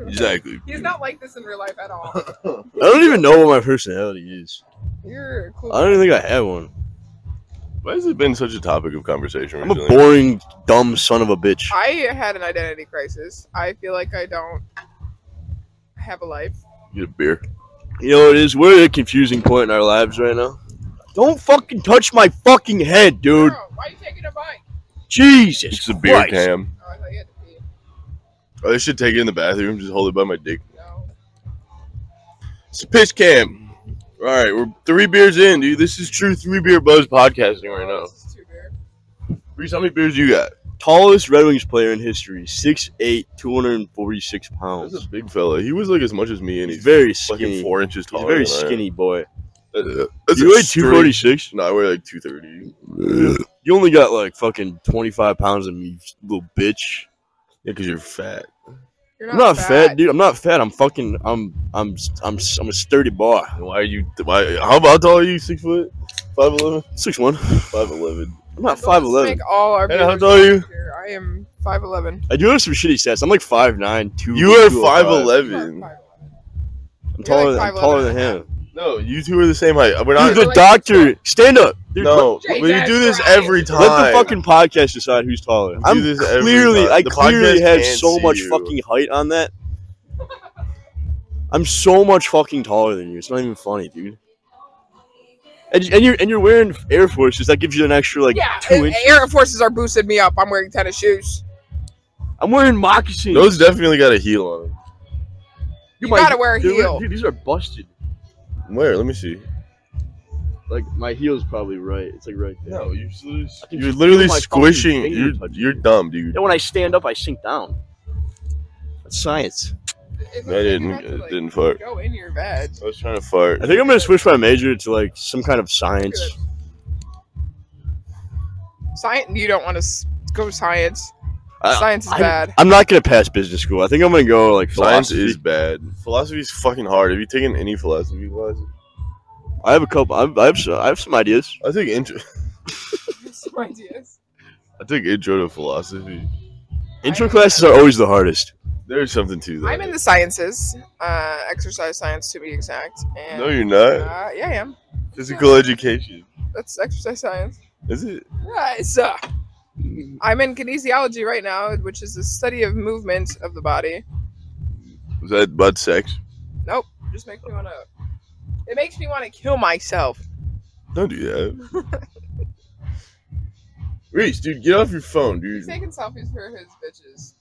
S1: Exactly.
S3: He's not like this in real life at all.
S2: I don't even know what my personality is.
S3: You're a cool.
S2: I don't even think I have one.
S1: Why has it been such a topic of conversation
S2: I'm a
S1: recently?
S2: boring, dumb son of a bitch.
S3: I had an identity crisis. I feel like I don't have a life.
S1: Get a beer.
S2: You know what it is? We're at a confusing point in our lives right now. Don't fucking touch my fucking head, dude.
S3: Girl, why are you taking a bite?
S2: Jesus.
S1: It's a beer
S2: Christ.
S1: cam.
S3: Oh, I thought you had to pee.
S1: I should take it in the bathroom. Just hold it by my dick.
S3: No.
S1: It's a pitch cam. All right, we're three beers in, dude. This is true three beer buzz podcasting right now.
S3: Oh, This is too weird.
S1: Reese, how many beers you got?
S2: Tallest Red Wings player in history. 6'8, 246
S1: That's a
S2: pounds.
S1: big fella. He was like as much as me, and
S2: He's
S1: he's,
S2: Oh. very
S1: fucking
S2: skinny.
S1: four inches
S2: He's
S1: taller.
S2: a very
S1: than I am.
S2: skinny boy.
S1: Uh, That's
S2: you
S1: a
S2: weigh 246?
S1: No, I weigh like two thirty.
S2: You only got like fucking 25 pounds of me, you little bitch.
S1: Yeah, cause you're fat.
S3: You're
S2: I'm not fat, dude. I'm not fat. I'm fucking, I'm, I'm, I'm, I'm a sturdy boy.
S1: And Why are you? Why? How about tall are you? Six foot? Five eleven?
S2: 6'1.
S1: Five eleven.
S2: I'm not
S3: Let's just
S2: 5'11.
S3: Make all our
S1: Hey, how
S3: viewers
S1: tall are you?
S3: here. I am 5'11.
S2: I do have some shitty stats. I'm like 5'9", 2
S1: You are
S2: 205.
S1: five eleven.
S2: I'm taller,
S3: You're like
S2: I'm taller than
S3: 5'11".
S2: him.
S1: No, you two are the same height. We're not.
S2: Dude, the
S3: like-
S2: doctor, stand up. Dude,
S1: no,
S3: Jay,
S1: we
S3: that's
S1: do this
S3: right.
S1: every
S2: let,
S1: time.
S2: let the fucking podcast decide who's
S1: We
S2: taller.
S1: do
S2: I'm
S1: this every
S2: clearly,
S1: time.
S2: I
S1: The
S2: clearly
S1: podcast
S2: have
S1: can't
S2: so
S1: see
S2: much
S1: you.
S2: fucking height on that. I'm so much fucking taller than you. It's not even funny, dude. And, and you're and you're wearing Air Forces. That gives you an extra like
S3: yeah,
S2: two
S3: and-
S2: inches.
S3: Air Forces are boosted me up. I'm wearing tennis shoes.
S2: I'm wearing moccasins.
S1: Those definitely got a heel on them.
S3: You gotta wear a
S2: dude,
S3: heel.
S2: Dude, these are busted.
S1: Where? Let me see.
S2: Like my heel's probably right. It's like right there.
S1: No, you're literally,
S2: I can
S1: you're
S2: feel
S1: literally
S2: my fucking
S1: squishing.
S2: finger
S1: You're,
S2: touching
S1: you're
S2: it.
S1: dumb, dude.
S2: And when I stand up, I sink down. That's science.
S3: It's
S1: I
S3: like you
S1: didn't.
S3: have to,
S1: It
S3: like,
S1: didn't fart.
S3: Go in your bed.
S1: I was trying to fart.
S2: I think I'm gonna switch my major to like some kind of science.
S3: Science. You don't want to s- go science.
S2: Uh, I-
S3: science is
S2: I'm-
S3: bad.
S2: I'm not gonna pass business school. I think I'm gonna go like
S1: Science
S2: philosophy.
S1: is bad. Philosophy is fucking hard. Have you taken any philosophy classes?
S2: I have a couple. I have, I have, s- I have some ideas.
S1: I took intro.
S3: Some ideas.
S1: I took intro to philosophy.
S2: Intro
S3: I-
S2: classes are always the hardest.
S1: There's something to that.
S3: I'm in the sciences, uh, exercise science to be exact. And,
S1: No, you're not.
S3: Uh, yeah, I am.
S1: Physical education.
S3: That's exercise science.
S1: Is it?
S3: Nice. Uh, I'm in kinesiology right now, which is the study of movement of the body.
S1: Is that about sex?
S3: Nope. Just makes me want to. It makes me want to kill myself.
S1: Don't do that. Reese, dude, get off your phone, dude.
S3: He's taking selfies for his bitches.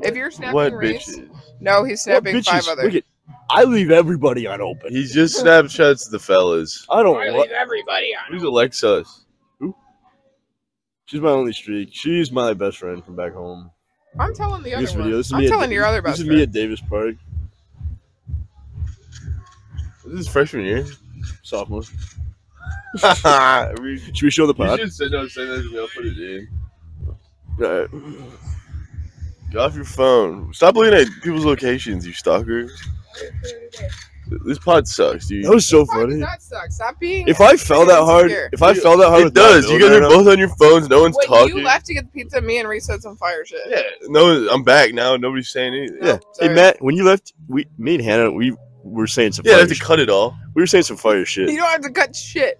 S3: If you're snapping
S1: What
S3: Reese,
S1: bitches?
S3: no, he's snapping
S2: What
S3: five
S2: bitches?
S3: other.
S2: Look at- I leave everybody on open.
S1: He just snapshots the fellas.
S2: I don't.
S3: I
S2: wa-
S3: leave everybody on.
S1: Who's Alexa?
S2: She's my only streak. She's my best friend from back home.
S3: I'm telling the other
S2: This video.
S3: one.
S2: This is
S3: I'm
S2: me at-
S3: telling your other best
S2: This is
S3: friend.
S2: me at Davis Park,
S1: This is freshman year.
S2: sophomore.
S1: we,
S2: Should we show the
S1: we
S2: pod?
S1: should send out send that and we'll put it in.
S2: Alright.
S1: Get off your phone. Stop looking at people's locations, you stalker. This pod sucks, dude.
S2: That was so
S3: Why does
S2: funny.
S3: that suck? Stop being.
S2: If I fell that hard,
S3: Insecure.
S2: if I fell that hard,
S1: It
S2: with that
S1: does. You
S2: build
S1: guys are
S2: right now-
S1: both on your phones. No one's
S3: when
S1: talking.
S3: you left to get the pizza, me and Reese had some fire shit.
S1: Yeah. No, I'm back now. Nobody's saying anything.
S3: Yeah.
S2: Hey
S3: Sorry.
S2: Matt, when you left, we, me and Hannah, we were saying some.
S1: Yeah, I
S2: fire
S1: have to
S2: shit.
S1: cut it all.
S2: we were saying some fire
S3: You
S2: shit.
S3: don't have to cut shit.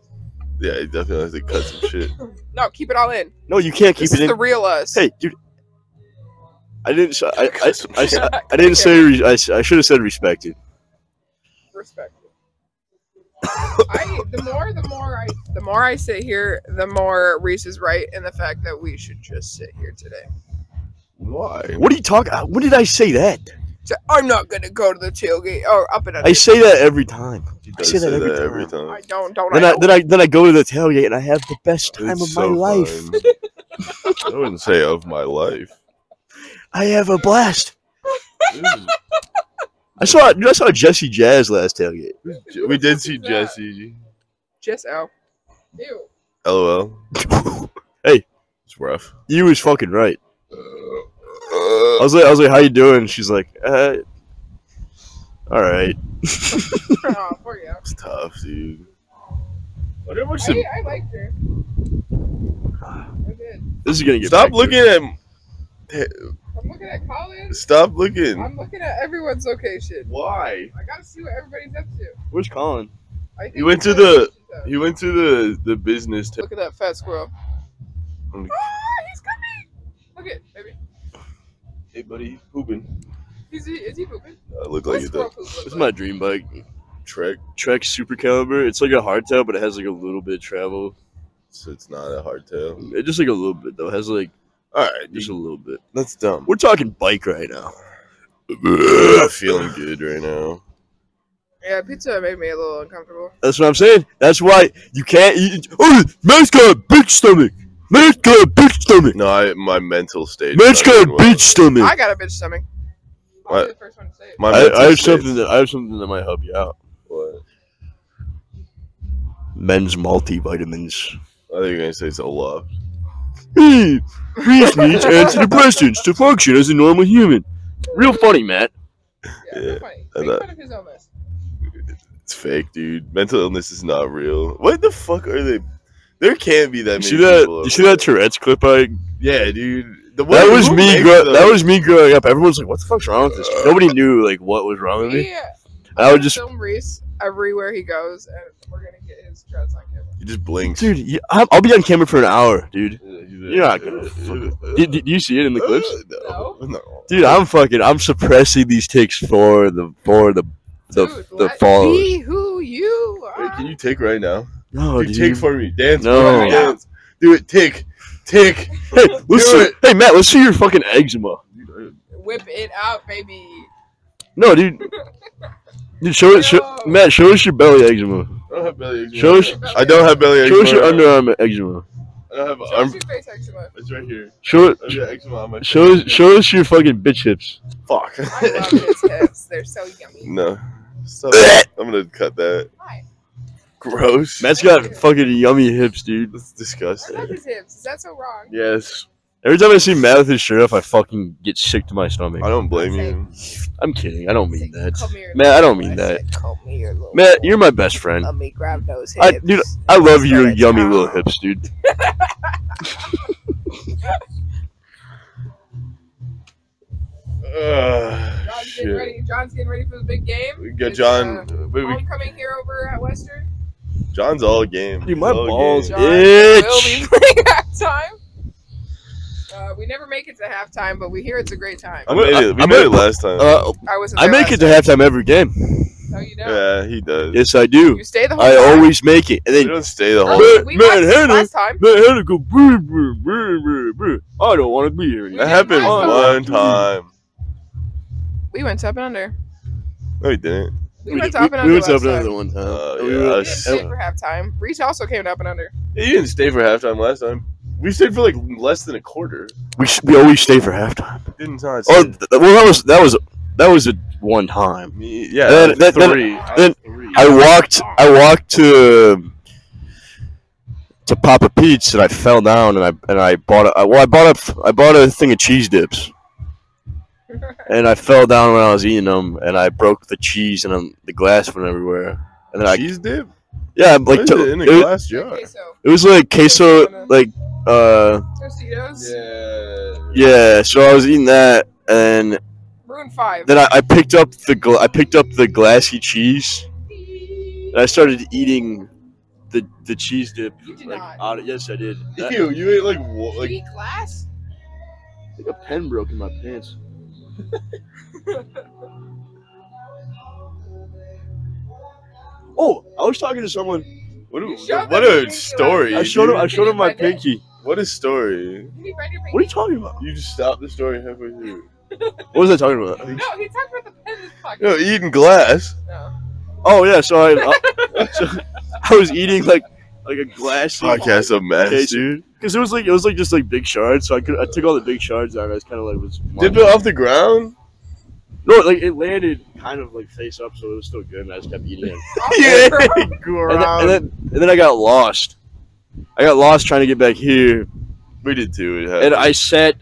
S1: Yeah, I definitely have to cut some shit.
S3: No, keep it all in.
S2: No, you can't keep
S3: This
S2: it
S3: is
S2: in.
S3: the real us.
S2: Hey, dude. I didn't. s- I, I-
S1: Some
S2: I s-
S1: shit.
S2: I didn't say. Re- I, s- I should have said respected.
S3: Respect. I, the more, the more I, the more I sit here, the more Reese is right in the fact that we should just sit here today.
S1: Why?
S2: What are you talking? When did I say that?
S3: So I'm not gonna go to the tailgate or up and under.
S2: I say that every time.
S1: You
S2: I say that every time.
S3: I don't, don't.
S2: Then
S3: I
S2: I
S3: know.
S2: then I then I go to the tailgate and I have the best time
S1: It's
S2: of my
S1: so
S2: life.
S1: fun. I wouldn't say of my life.
S2: I have a blast.
S1: This is-
S2: I saw dude, I saw Jesse Jazz last tailgate.
S1: We did see
S3: What's that?
S1: Jesse.
S3: just out. Ew.
S1: LOL.
S2: Hey.
S1: It's rough.
S2: You was fucking right.
S3: Uh,
S2: I
S1: Uh,
S2: was like I was like, how you doing? She's like, uh, all right.
S3: oh, for you.
S1: it's tough, dude.
S4: What did
S1: Watch
S3: I,
S1: the-
S3: I liked her. I did.
S2: This is gonna get
S1: Stop
S2: back to it.
S1: looking at.
S3: I'm looking at Colin.
S1: Stop looking.
S3: I'm looking at everyone's location.
S1: Why?
S3: I gotta see what everybody's up to.
S2: Where's Colin?
S3: I think
S1: You went to the- He went to the the business. T-
S3: Look at that fat squirrel.
S1: Mm.
S3: Ah, he's coming! Look at baby.
S1: hey, buddy, he's pooping.
S3: He's, is he pooping?
S1: I look like
S3: What's
S1: it
S3: squirrel
S1: does.
S3: poop look
S2: This is
S3: like?
S2: my dream bike.
S1: Trek,
S2: Trek Super Caliber. It's like a hardtail, but it has like a little bit of travel.
S1: so it's not a hardtail.
S2: It just like a little bit though. It has like
S1: All right,
S2: just a little bit.
S1: that's dumb.
S2: We're talking bike right now.
S1: I'm not feeling good right now.
S3: Yeah, pizza made me a little uncomfortable.
S2: That's what I'm saying. That's why you can't eat. Oh, man's got a big stomach. Man's got a big stomach.
S1: No, I, my mental state.
S2: Man's got a big
S3: I
S2: stomach.
S3: got a bitch stomach. I'll
S1: What?
S3: be the first one to say it.
S1: My
S2: I,
S1: mental
S2: I have
S1: state-
S2: something that I have something that might help you out.
S1: What?
S2: Men's multivitamins.
S1: I think you're gonna say it's Olaf.
S2: Hey, Reese needs antidepressants to function as a normal human. Real funny, Matt.
S3: Yeah, yeah.
S1: Yeah,
S3: funny.
S1: I
S3: Make
S1: know.
S3: fun of his illness.
S1: It's fake, dude. Mental illness is not real. What the fuck are they? There can't be that
S2: You
S1: many.
S2: see that?
S1: people
S2: You see that Tourette's clip? I
S1: Yeah, dude. The
S2: that
S1: one-
S2: was
S1: who
S2: me.
S1: makes
S2: Grow-
S1: those?
S2: that was me growing up. Everyone's like, "What the fuck's wrong with this?" Nobody knew like what was wrong with me.
S3: Yeah.
S2: I would just,
S3: film uh, Reese everywhere he goes, and we're gonna get his dreads on camera.
S1: He just blinks.
S2: dude. you- I'm- I'll be on camera for an hour, dude.
S1: You're
S2: You're not gonna Do, do- do you see it in the clips?
S1: Uh, No. no.
S2: Dude, I'm fucking. I'm suppressing these ticks for the for the the
S3: Dude,
S2: the
S3: let
S2: followers.
S3: Be who you are.
S1: Wait, can you take right now?
S2: No,
S1: Dude,
S2: Oh, dude.
S1: take for me. Dance.
S2: No.
S1: for me. Dance. Do it. Tick. Tick.
S2: hey, let's
S1: Do
S2: see, hey, Matt, let's see your fucking eczema.
S3: Whip it out, baby.
S2: No, dude. Dude, show it, show,
S3: No.
S2: Matt. Show us your belly eczema.
S1: I don't have belly eczema.
S2: Show us-
S1: I don't have belly eczema.
S2: Show us your underarm eczema.
S1: I don't have.
S3: Show us
S1: arm-
S3: your face eczema.
S1: it's right here.
S2: Show it.
S1: I have eczema on my.
S2: Show us,
S1: face.
S2: show us your fucking bitch hips.
S1: Fuck.
S3: I love his hips. They're so
S2: Mm.
S3: yummy.
S1: no. Stop. I'm gonna cut that.
S3: Why?
S1: Gross.
S2: Matt's got fucking yummy hips, dude.
S1: That's
S3: I love
S1: disgusting.
S3: his hips. Is that so wrong?
S1: Yes.
S2: Every time I see Matt with his shirt off, I fucking get sick to my stomach.
S1: I don't blame you.
S2: I'm kidding. I don't
S3: Say,
S2: mean
S3: "Come
S2: that.
S3: here,
S2: Matt,
S3: little
S2: I don't
S3: boy."
S2: mean
S3: said,
S2: that.
S3: "Come here, little
S2: Matt,
S3: boy.
S2: you're my best friend.
S3: Let me grab those
S2: I- dude, I love your
S3: Sorry.
S2: yummy little hips, dude.
S1: Ugh,
S3: John's getting
S1: shit.
S3: ready. John's getting ready for the big game.
S1: We got
S3: It's,
S1: John.
S3: uh,
S1: wait, we,
S3: homecoming here over at Western.
S1: John's all game.
S2: Dude, my
S1: He's all
S2: balls-
S1: game.
S3: John
S2: Itch.
S3: will be playing halftime. Uh, we never make it to halftime, but we hear it's a great time.
S1: I made it. We
S2: I'm
S1: made
S2: gonna-
S1: it last time.
S2: Uh,
S3: I was.
S2: I make it to halftime every game.
S3: No, Oh, you don't.
S1: Yeah, he does.
S2: Yes, I do.
S3: You stay the whole
S2: I
S3: time.
S2: always make it. And
S1: They
S2: then
S1: don't stay the
S3: Oh,
S1: whole.
S2: Man-
S3: we watched this
S2: Manhattan.
S3: last time.
S2: Man, I had to go. brr, brr, brr, brr, brr. I don't want to be here.
S1: That
S2: anymore."
S3: did
S1: happened
S3: last
S1: one time.
S2: time.
S3: We went to Up and Under.
S1: No, he didn't.
S2: We
S3: We,
S2: did-
S3: went to Up and Under.
S2: we went to
S3: last
S2: Up and
S3: time.
S2: Under one time.
S1: Oh,
S2: And we
S1: yeah, I
S2: were-
S3: We didn't
S1: Us.
S3: stay for halftime. Reach also came to Up and Under.
S1: He didn't stay for halftime last time. We stayed for like less than a quarter.
S2: we, sh- we always stay for halftime.
S1: Didn't not stay.
S2: Oh, th- well, that was that was that was a one time.
S1: Me- yeah,
S2: Then-
S1: that,
S2: then- then-
S1: three.
S2: then
S1: three.
S2: I walked I walked to to Papa Pete's and I fell down and I and I bought a I- well I bought a I bought a thing of cheese dips and I fell down when I was eating them and I broke the cheese and um, the glass went everywhere and then I
S1: cheese dip.
S2: yeah
S1: Like
S2: like to,
S1: it in a
S2: it, was-
S1: glass jar.
S3: Okay, so
S2: it was like queso like uh
S3: Tostitos.
S1: Yeah.
S2: yeah so I was eating that and
S3: Rune five.
S2: then I, I picked up the gla- I picked up the glassy cheese, and I started eating the the cheese dip.
S3: You did
S2: like, uh,
S3: not.
S2: Out of, yes, I did. That-
S1: Ew, you ate like wa- like
S3: Three glass.
S2: I think a pen broke in my pants. oh, I was talking to someone.
S1: what a
S3: You
S1: what
S3: showed them your
S1: a
S3: pinky
S1: story.
S2: I showed him. I
S1: dude.
S2: showed him my
S3: Did you find it?
S2: pinky.
S1: What a story.
S3: Did he bend your
S2: What are you
S3: pinky?
S2: talking about?
S1: You just stopped the story halfway through.
S2: What was I talking about?
S3: No, he talked about the pen in his pocket.
S1: No, eating glass.
S3: No.
S2: Oh yeah, so I, I, so I was eating like like a glass.
S1: Podcast of mess,
S2: Casey.
S1: dude.
S2: Because it was like it was like just like big shards, so I could I took all the big shards out. and I was kind of like was
S1: Dip it off the ground.
S2: No, like it landed kind of like face up, so it was still good, and I just kept eating it.
S1: Yeah,
S2: and, then, and,
S1: ground.
S2: then, and then I got lost. I got lost trying to get back here,
S1: We did too. It happened.
S2: and I sat.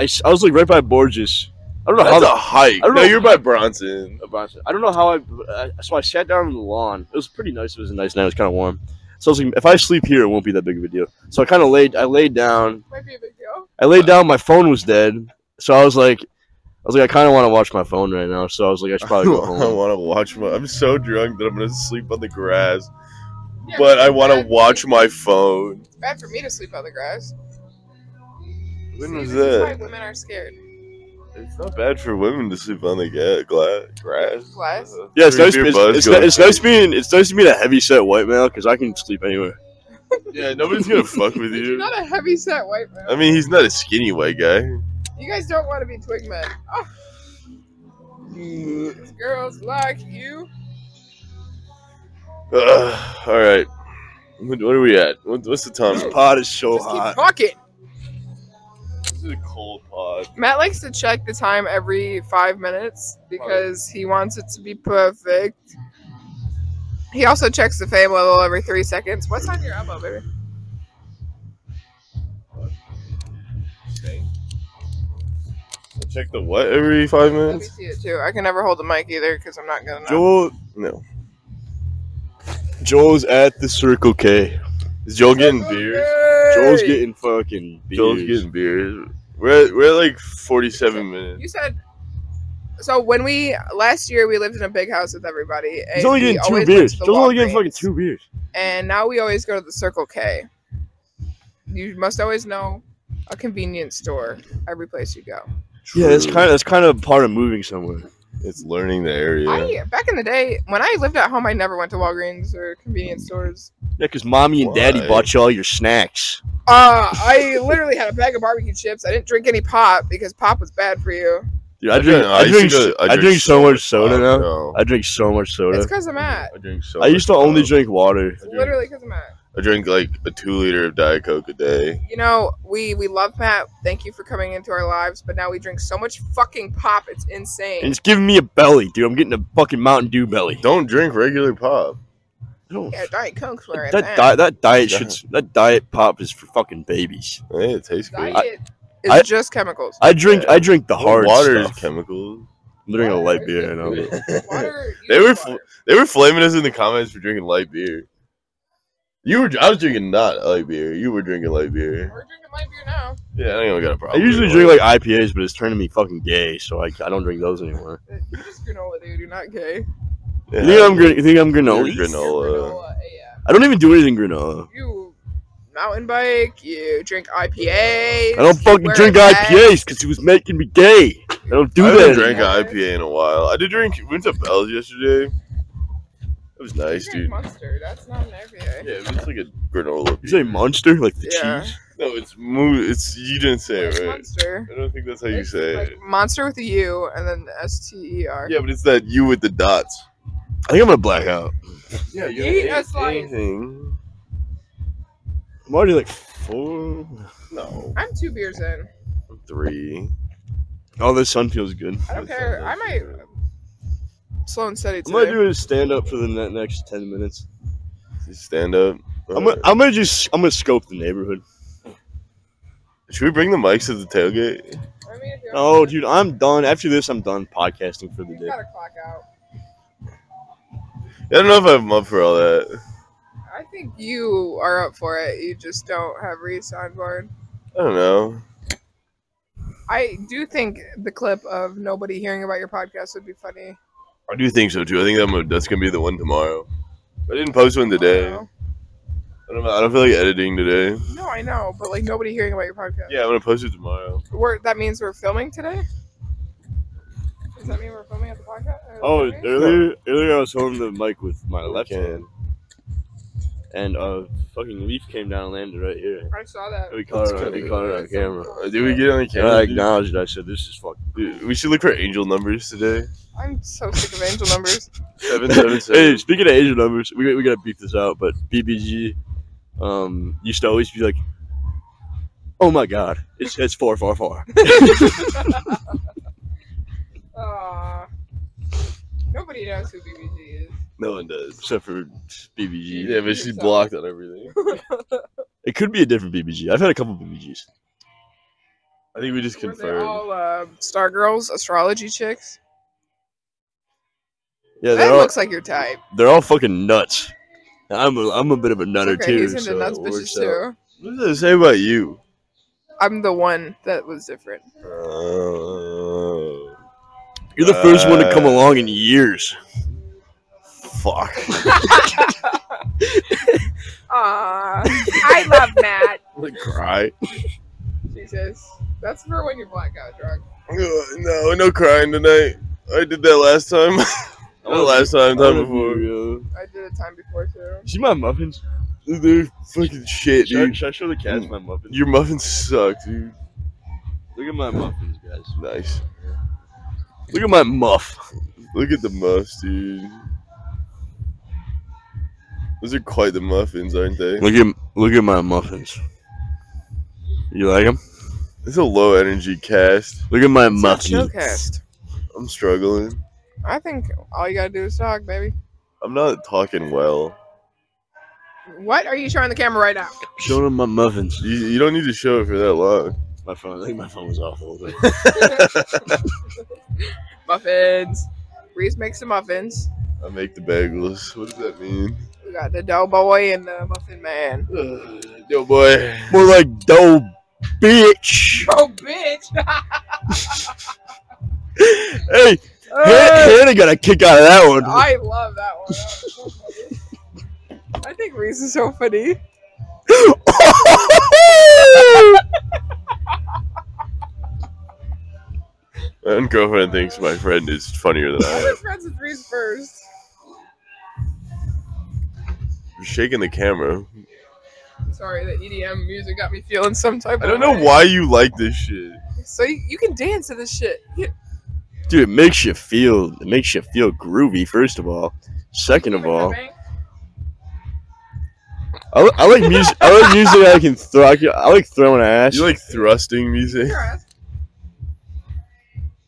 S2: I, s- I was like right by Borges. I don't know
S1: That's a
S2: how.
S1: hike.
S2: I don't
S1: No,
S2: know-
S1: you're by Bronson.
S2: The, I don't know how I, I. So I sat down on the lawn. It was pretty nice. It was a nice night. It was kind of warm. So I was like, if I sleep here, it won't be that big of a deal. So I kind of laid. I laid down.
S3: Might be a big deal.
S2: I laid down. My phone was dead. So I was like, I was like, I kind of want to watch my phone right now. So I was like, I should probably go
S1: I
S2: home.
S1: want to watch my. I'm so drunk that I'm gonna sleep on the grass,
S3: Yeah,
S1: but I
S3: it's
S1: want to
S3: bad for
S1: watch
S3: me-
S1: my phone.
S3: It's bad for me to sleep on the grass.
S1: When
S3: See,
S1: was
S3: this is why
S1: that?
S3: women are scared.
S1: It's not bad for women to sleep on the ga- gla- grass.
S3: Glass?
S1: Uh,
S2: Yeah, it's
S1: three
S2: nice.
S1: beer
S2: It's,
S1: buzz
S2: it's,
S1: going
S2: ni- it's nice being it's nice to meet a heavy set white male because I can sleep anywhere.
S1: crazy. Yeah, nobody's gonna fuck with
S3: You're
S1: you.
S3: not a heavy set white man.
S1: I mean, he's not a skinny white guy.
S3: you guys don't want to be twig men. Oh, these girls like you.
S1: Ugh, all right, what, what are we at? What, what's the time?
S2: This pot is so
S3: Just
S2: hot.
S3: keep talking.
S1: This is a cold pod.
S3: Matt likes to check the time every five minutes because he wants it to be perfect. He also checks the fame level every three seconds. What's on your elbow, baby?
S1: Check the what every five
S3: Let me
S1: minutes?
S3: see it too. I can never hold the mic either because I'm not good enough.
S2: Joel
S1: No.
S2: Joel's at the Circle K.
S1: Is Joel getting beers?
S2: Joel's getting fucking beers.
S1: Joel's getting beers. We're at, we're at like 47 minutes.
S3: You said. So when we last year we lived in a big house with everybody.
S2: He's
S3: and
S2: only
S3: we
S2: getting two
S3: always
S2: beers.
S3: went to the
S2: Joel's only getting
S3: Walgreens.
S2: fucking two beers.
S3: and now we always go to the Circle K. You must always know a convenience store every place you go.
S2: Yeah, that's
S1: True.
S2: kind of that's kind of part of moving somewhere.
S1: It's learning the area.
S3: I back in the day when I lived at home, I never went to Walgreens or convenience stores.
S2: Yeah, because mommy and daddy
S1: Why?
S2: bought you all your snacks.
S3: Uh, I literally had a bag of barbecue chips. I didn't drink any pop because pop was bad for you.
S2: Dude, I
S1: didn't-
S2: drink I
S1: used to
S2: drink
S1: go-
S2: so- I drink so much soda
S1: Oh,
S2: now.
S1: no.
S2: I drink so much
S3: It's
S2: soda.
S3: because of Matt.
S1: I drink so.
S2: I used to
S1: much
S2: only
S1: Coke.
S2: drink wayer.
S3: It's
S1: I drink,
S3: literally because of Matt.
S1: I drink like a two liter of Diet Coke a day.
S3: You know, we we love Matt. Thank you for coming into our lives, but now we drink so much fucking pop. It's insane.
S2: And it's giving me a belly, dude. I'm getting a fucking Mountain Dew belly.
S1: Don't drink regular pop.
S2: I don't
S3: yeah, Diet Coke's where it's
S2: That
S3: at.
S2: diet, that diet
S1: Yeah.
S2: should, that diet pop is for fucking babies.
S1: Hey, it tastes good.
S3: Diet is
S2: I-
S3: just chemicals.
S2: I drink, I drink the
S1: Well,
S2: hard
S1: water
S2: stuff.
S1: is chemicals.
S2: I'm drinking a light beer right now. but-
S3: Water, you
S1: They
S3: drink
S1: were
S3: water.
S1: They were flaming us in the comments for drinking light beer. You were. I was drinking not light beer. You were drinking light beer.
S3: We're drinking light beer now.
S1: Yeah, I ain't even got a
S2: I
S1: problem.
S2: usually
S1: with
S2: drink
S1: it.
S2: like IPAs, but it's turning me fucking gay, so I, I don't drink those anymore.
S3: You're just granola, dude. You're not gay.
S1: Yeah.
S2: You think I'm, gr- you think I'm granola?
S1: You're granola.
S2: uh,
S3: Granola, yeah.
S2: I don't even do anything granola.
S3: You mountain bike. You drink IPAs.
S2: I don't
S3: you
S2: fucking
S3: wear
S2: drink
S3: a
S2: IPAs because it was making me gay. I don't do
S1: I
S2: that.
S1: haven't drank
S2: anymore.
S1: an IPA in a while. I did drink. Went to Bell's yesterday. It was nice,
S3: It's
S1: dude.
S3: Mustard. That's not an IPA.
S1: Yeah, it's like a granola.
S2: You say monster like the
S3: Yeah.
S2: cheese?
S1: No, it's moo. It's you didn't say
S3: It's
S1: it right.
S3: Monster.
S1: I don't think that's how you
S3: It's
S1: say
S3: like
S1: it.
S3: Monster with a U and then S T E R.
S1: Yeah, but it's that you with the dots.
S2: I think I'm gonna black out.
S1: Yeah,
S3: you Eat don't a eat slice.
S2: I'm already like four.
S1: No,
S3: I'm two beers in.
S1: three.
S2: Oh, the sun feels good.
S3: I don't
S1: That
S3: care. I
S1: sounds
S3: might um,
S1: good.
S3: slow and steady
S2: I'm gonna
S3: today.
S2: do a stand up for the ne- next ten minutes.
S1: Just stand up. Uh,
S2: I'm gonna, I'm gonna just I'm gonna scope the neighborhood.
S1: Should we bring the mics to the tailgate?
S3: I mean, if you
S2: Oh, dude, I'm done. After this, I'm done podcasting for the
S3: you
S2: day.
S3: gotta clock out.
S1: I don't know if I'm up for all that.
S3: I think you are up for it. You just don't have Reese on board.
S1: I don't know.
S3: I do think the clip of nobody hearing about your podcast would be funny.
S1: I do think so too. I think I'm gonna- that's gonna be the one tomorrow. I didn't post one today.
S3: No,
S1: I don't, know. I don't feel like editing today.
S3: No, I know, but like nobody hearing about your podcast.
S1: Yeah, I'm gonna post it tomorrow.
S3: We're, that means we're filming today? Does that mean we're filming at the podcast? or
S2: Oh,
S3: filming?
S2: earlier earlier I was holding the mic with my left
S1: Okay.
S2: hand, and a fucking leaf came down and landed right here.
S3: I saw that.
S2: And we caught it.
S1: That's
S2: on- We
S1: kinda-
S2: caught it on camera.
S1: Uh, Did we get on the
S2: And I
S1: camera? dude?
S2: acknowledged it. I said, "This is fucking."
S1: Dude, we should look for angel numbers today.
S3: I'm so sick of angel numbers.
S1: Seven seven
S2: Hey,
S1: seven.
S2: speaking of Asian numbers, we we gotta beep this out. But BBG, um, used to always be like, "Oh my god, it's it's far far far."
S3: Aww. Nobody knows who BBG is.
S1: No one does.
S2: Except for BBG.
S1: Yeah, but she's blocked on everything.
S2: It could be a different BBG. I've had a couple BBGs.
S1: I think we just
S3: Were they
S1: confirmed.
S3: all uh, Star Girls, astrology chicks?
S2: Yeah,
S3: that
S2: they're all
S3: looks like your type.
S2: they're all fucking nuts. I'm a, I'm a bit of a nutter
S3: okay,
S2: too.
S3: he's into
S2: so it
S3: nuts
S2: works
S3: bitches
S2: out.
S3: too.
S1: What does that say about you?
S3: I'm the one that was different.
S1: Oh,
S2: You're the first one to come
S1: Uh,
S2: along in years.
S1: fuck.
S3: Aww. I love Matt.
S1: like cry.
S3: Jesus. That's for when you're blackout drunk.
S1: Ugh, No, no crying tonight. I did that last time. Not last time, time before.
S3: I did a time before too.
S2: See my muffins?
S1: They're fucking shit,
S2: Should I,
S1: dude.
S2: should I show the cats my muffins?
S1: Your muffins suck, dude.
S2: Look at my muffins, guys.
S1: Nice.
S2: Look at my muff.
S1: Look at the muffs, dude. Those are quite the muffins, aren't they?
S2: Look at look at my muffins. You like them?
S1: It's a low energy cast.
S2: Look at my
S3: It's not
S2: muffins.
S3: Chillcast.
S1: I'm struggling.
S3: I think all you gotta do is talk, baby.
S1: I'm not talking well.
S3: What are you showing the camera right now?
S2: Showing them my muffins.
S1: You, you don't need to show it for that long.
S2: My phone. I think my phone was off a little bit.
S3: muffins. Reese makes some muffins.
S1: I make the bagels. What does that mean?
S3: We got the dough boy and the muffin man.
S1: Yo, boy.
S2: More like dough, bitch.
S3: Oh, bitch!
S2: Hey, Han- Hannah got a kick out of that one.
S3: I love that one. That was so funny. I think Reese is so funny.
S1: My own girlfriend thinks my friend is funnier than I
S3: I
S1: am.
S3: was friends with Reese first.
S1: You're shaking the camera.
S3: Sorry, the EDM music got me feeling some type of
S1: I don't know
S3: way.
S1: why you like this shit.
S3: So you, you can dance to this shit. You-
S2: Dude, it makes you feel it makes you feel groovy. First of all, second of all, I, li- I like music. I like music I can throw. I, can, I like throwing ass.
S1: You like thrusting music?
S3: Your ass.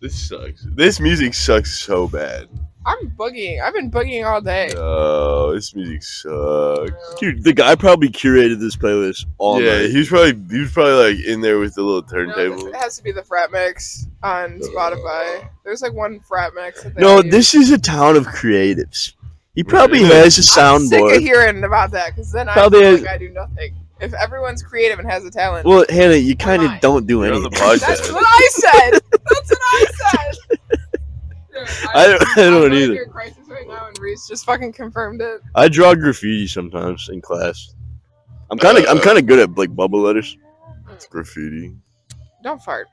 S1: This sucks. This music sucks so bad.
S3: I'm boogieing. I've been boogieing all day.
S1: Oh, this music sucks.
S2: Dude, the guy probably curated this playlist all
S1: yeah,
S2: night.
S1: he was probably he was probably like in there with the little
S3: No, this-
S1: turntable.
S3: it has to be the frat mix on Spotify. There's like one frat mix. That they
S2: No,
S3: use.
S2: this is a town of creatives. He probably
S1: Yeah.
S2: has a
S3: I'm sick of
S2: soundboard.
S3: hearing about that because then I
S2: Probably
S3: feel
S2: is-
S3: like I do nothing. If everyone's creative and has a talent,
S2: Well, Hannah, you kind
S3: Why?
S2: of don't do
S1: You're on
S2: anything.
S1: the podcast.
S3: that's what I said. That's what I said. Dude,
S2: I don't, I
S3: I'm
S2: don't
S3: going
S2: either.
S3: through a crisis right now, and Reese just fucking confirmed it.
S2: I draw graffiti sometimes in class.
S3: Hmm.
S2: I'm kind of I'm kind of good at like bubble letters.
S1: Uh, Graffiti.
S3: Don't fart.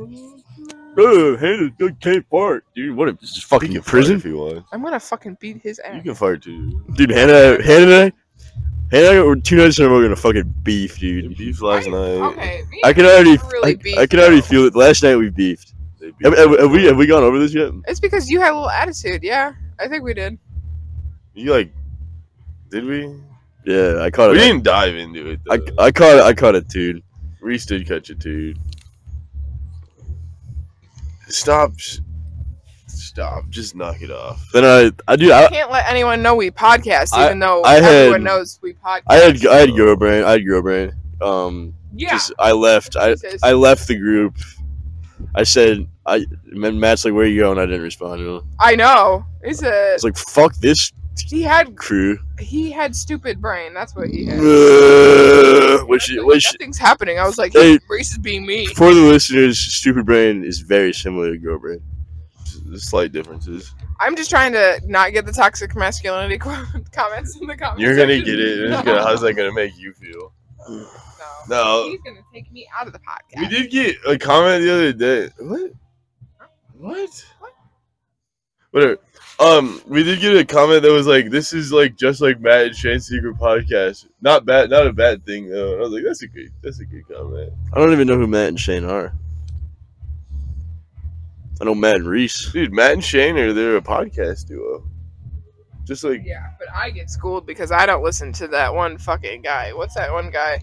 S1: Uh,
S2: Ugh, hey, you can't fart, dude. What? A, just fucking
S1: can
S2: in
S1: fart
S2: prison,
S1: if you want.
S3: I'm gonna fucking beat his ass.
S1: You can fart too.
S2: dude. Hannah, Hannah, Hannah, or two nights in a row, we're gonna fucking beef,
S1: Dude,
S2: dude.
S1: beef last
S3: I-
S1: night.
S3: Okay. me
S2: I
S3: and
S2: can
S3: you
S2: already,
S3: were really
S2: I-
S3: beefed,
S2: I, can already
S3: though.
S2: feel it. Last night we beefed.
S1: They beefed
S2: Have, have- have
S1: last
S2: we
S1: night.
S2: have we gone over this yet?
S3: It's because you had a little attitude. Yeah, I think we did.
S1: You like? Did we?
S2: Yeah, I caught
S1: We
S2: it.
S1: didn't dive into it. Though.
S2: I, I caught it. I caught it, dude.
S1: Reese did catch it, dude. Stop. s- Stop. Just knock it off.
S2: Then I, I do. I,
S3: Can't let anyone know we podcast,
S2: I-
S3: even though
S2: I had-
S3: everyone knows we podcast.
S2: I had, I had girl brain. I had girl brain. Um,
S3: yeah.
S2: just I left. I,
S3: Jesus.
S2: I left the group. I said, I and Matt's like, "Where you going?" I didn't respond. to him.
S3: I know. Is it?
S2: It's like, "Fuck this
S3: He had
S2: crew."
S3: he had stupid brain. That's what he had.
S2: Uh, Which,
S3: Like,
S2: which
S3: nothing's happening. I was like,
S2: Hey.
S3: Reese is being mean.
S2: for the listeners, stupid brain is very similar to girl brain.
S1: S- Slight differences.
S3: I'm just trying to not get the toxic masculinity qu- comments in the comments.
S1: You're gonna
S3: section.
S1: get it. and It's gonna, how's that gonna make you feel?
S3: No.
S1: No.
S3: He's gonna take me out of the podcast.
S1: We did get a comment the other day. What? What?
S3: What?
S1: Whatever. Um, we did get a comment that was like, "This is like just like Matt and Shane's secret podcast. Not bad, not a bad thing though." And I was like, "That's a good, that's a good comment."
S2: I don't even know who Matt and Shane are. I know Matt and Reese.
S1: Dude, Matt and Shane are they're a podcast duo. Just like
S3: Yeah, but I get schooled because I don't listen to that one fucking guy. What's that one guy?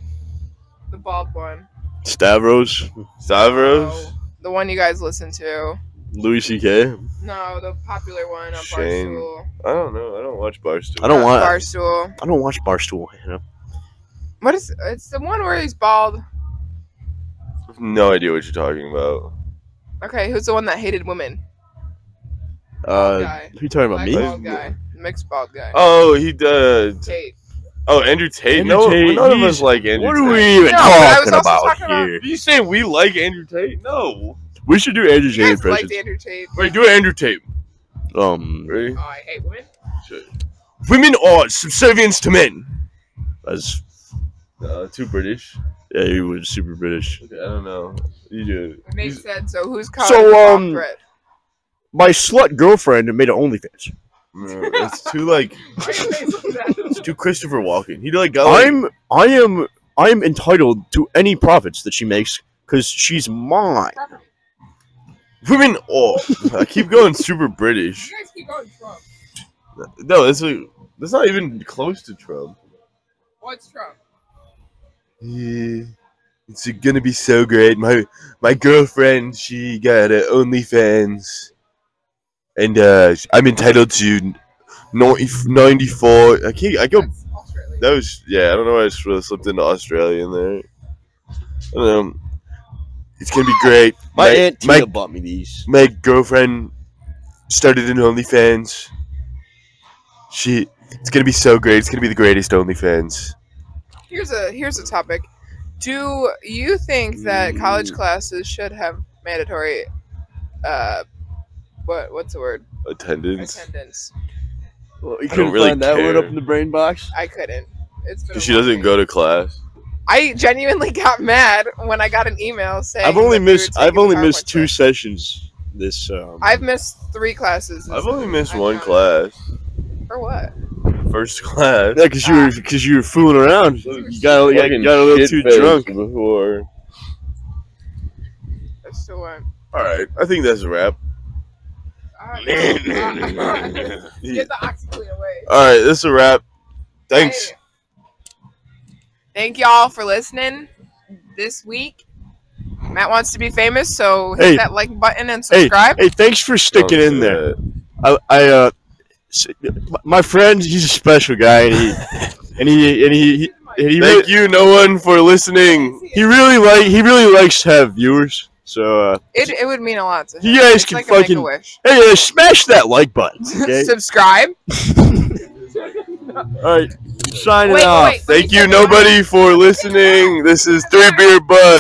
S3: The bald one.
S2: Stavros,
S1: Stavros,
S3: Oh, the one you guys listen to.
S2: Louis C.K.
S3: No, the popular one on
S1: Shane.
S3: Barstool.
S1: I don't know. I don't watch Barstool.
S2: I don't
S3: Not
S2: want-
S3: Barstool.
S2: I don't watch Barstool. You know?
S3: What is? It's the one where he's bald.
S1: I have no idea what you're talking about.
S3: Okay, who's the one that hated women?
S2: Uh,
S3: guy.
S2: who you talking about
S3: Black
S2: me?
S3: bald guy. Mixed bald guy.
S1: Oh, he uh,
S3: Tate.
S1: oh Andrew Tate.
S2: Andrew
S1: no,
S2: Tate,
S1: none of
S2: he's-
S1: us like Andrew.
S2: What are
S1: Tate.
S2: we even
S3: No, but I was
S2: talking
S3: also
S2: about
S3: talking about-
S2: here?
S1: Are you saying we like Andrew Tate? No.
S2: We should do Andrew
S3: You
S2: Jane
S3: guys like
S2: impressions.
S3: the Andrew Tate.
S1: Wait, do an Andrew Tate.
S2: um,
S1: Ready?
S3: Oh, I hate women.
S1: Women are subservience to men.
S2: that's
S1: Uh, too British.
S2: yeah, he was super British.
S1: Okay, I don't know. You do. it.
S3: Nate said, so who's
S2: So,
S3: calling so,
S2: um, My slut girlfriend made an OnlyFans.
S1: No, it's too like it's too Christopher Walken. He like
S2: Oh,
S1: got like,
S2: I'm, I am, I am entitled to any profits that she makes because she's mine.
S1: women all. I keep going super British.
S3: guys keep going Trump.
S1: No, that's like, that's not even close to Trump.
S3: What's Trump?
S1: Yeah, it's gonna be so great. My my girlfriend, she got uh, OnlyFans, and uh, I'm entitled to 90, 94. I can't. I go.
S3: That's Australia.
S1: That was yeah. I don't know why I should have slipped into Australia in there. I don't know. It's gonna be great.
S2: My, aunt
S1: my,
S2: Tina bought me these.
S1: my girlfriend started in OnlyFans. She. It's gonna be so great. It's gonna be the greatest OnlyFans.
S3: Here's a here's a topic. Do you think that college
S2: Mm.
S3: classes should have mandatory uh what what's the word?
S1: Attendance.
S3: Attendance.
S2: Well, you
S1: I don't really care.
S2: the brain box.
S3: I couldn't. It's been a
S1: 'Cause she
S3: long
S1: doesn't
S3: day.
S1: go to class.
S3: I genuinely got mad when I got an email saying
S2: I've only
S3: that we were
S2: missed.
S3: taking
S2: I've
S3: the
S2: only missed
S3: PowerPoint
S2: two
S3: test.
S2: sessions. This. Um,
S3: I've missed three classes.
S1: I've only missed
S3: I
S1: one
S3: know.
S1: class.
S3: For what?
S1: First class.
S2: yeah, because you were because you were fooling around. You got, you got, you got a little too drunk.
S1: before.
S3: That's still one.
S1: All right, I think that's a wrap.
S3: All right.
S1: Yeah.
S3: Get Ah, the oxygen away.
S1: All right, that's a wrap. Thanks.
S3: Hey. Thank y'all for listening this week. Matt wants to be famous, so hit
S2: Hey.
S3: that like button and subscribe.
S2: Hey, thanks for sticking
S1: Don't
S2: in
S1: do
S2: there.
S1: that.
S2: I, I uh, s- my friend, he's a special guy, and he, and he, and he, he, and he,
S1: Thank
S2: really,
S1: you, no one, for listening.
S2: he
S3: It,
S2: really like, he really likes to have viewers. So, uh,
S3: it would mean a lot to him.
S2: You guys
S3: It's
S2: can
S3: like
S2: fucking-
S3: a wish.
S2: hey, uh, smash that like button. Okay?
S3: subscribe.
S2: All right, signing
S3: Wait,
S2: off.
S3: wait, wait.
S1: Thank you, nobody, for listening. This is Three Beer Bud.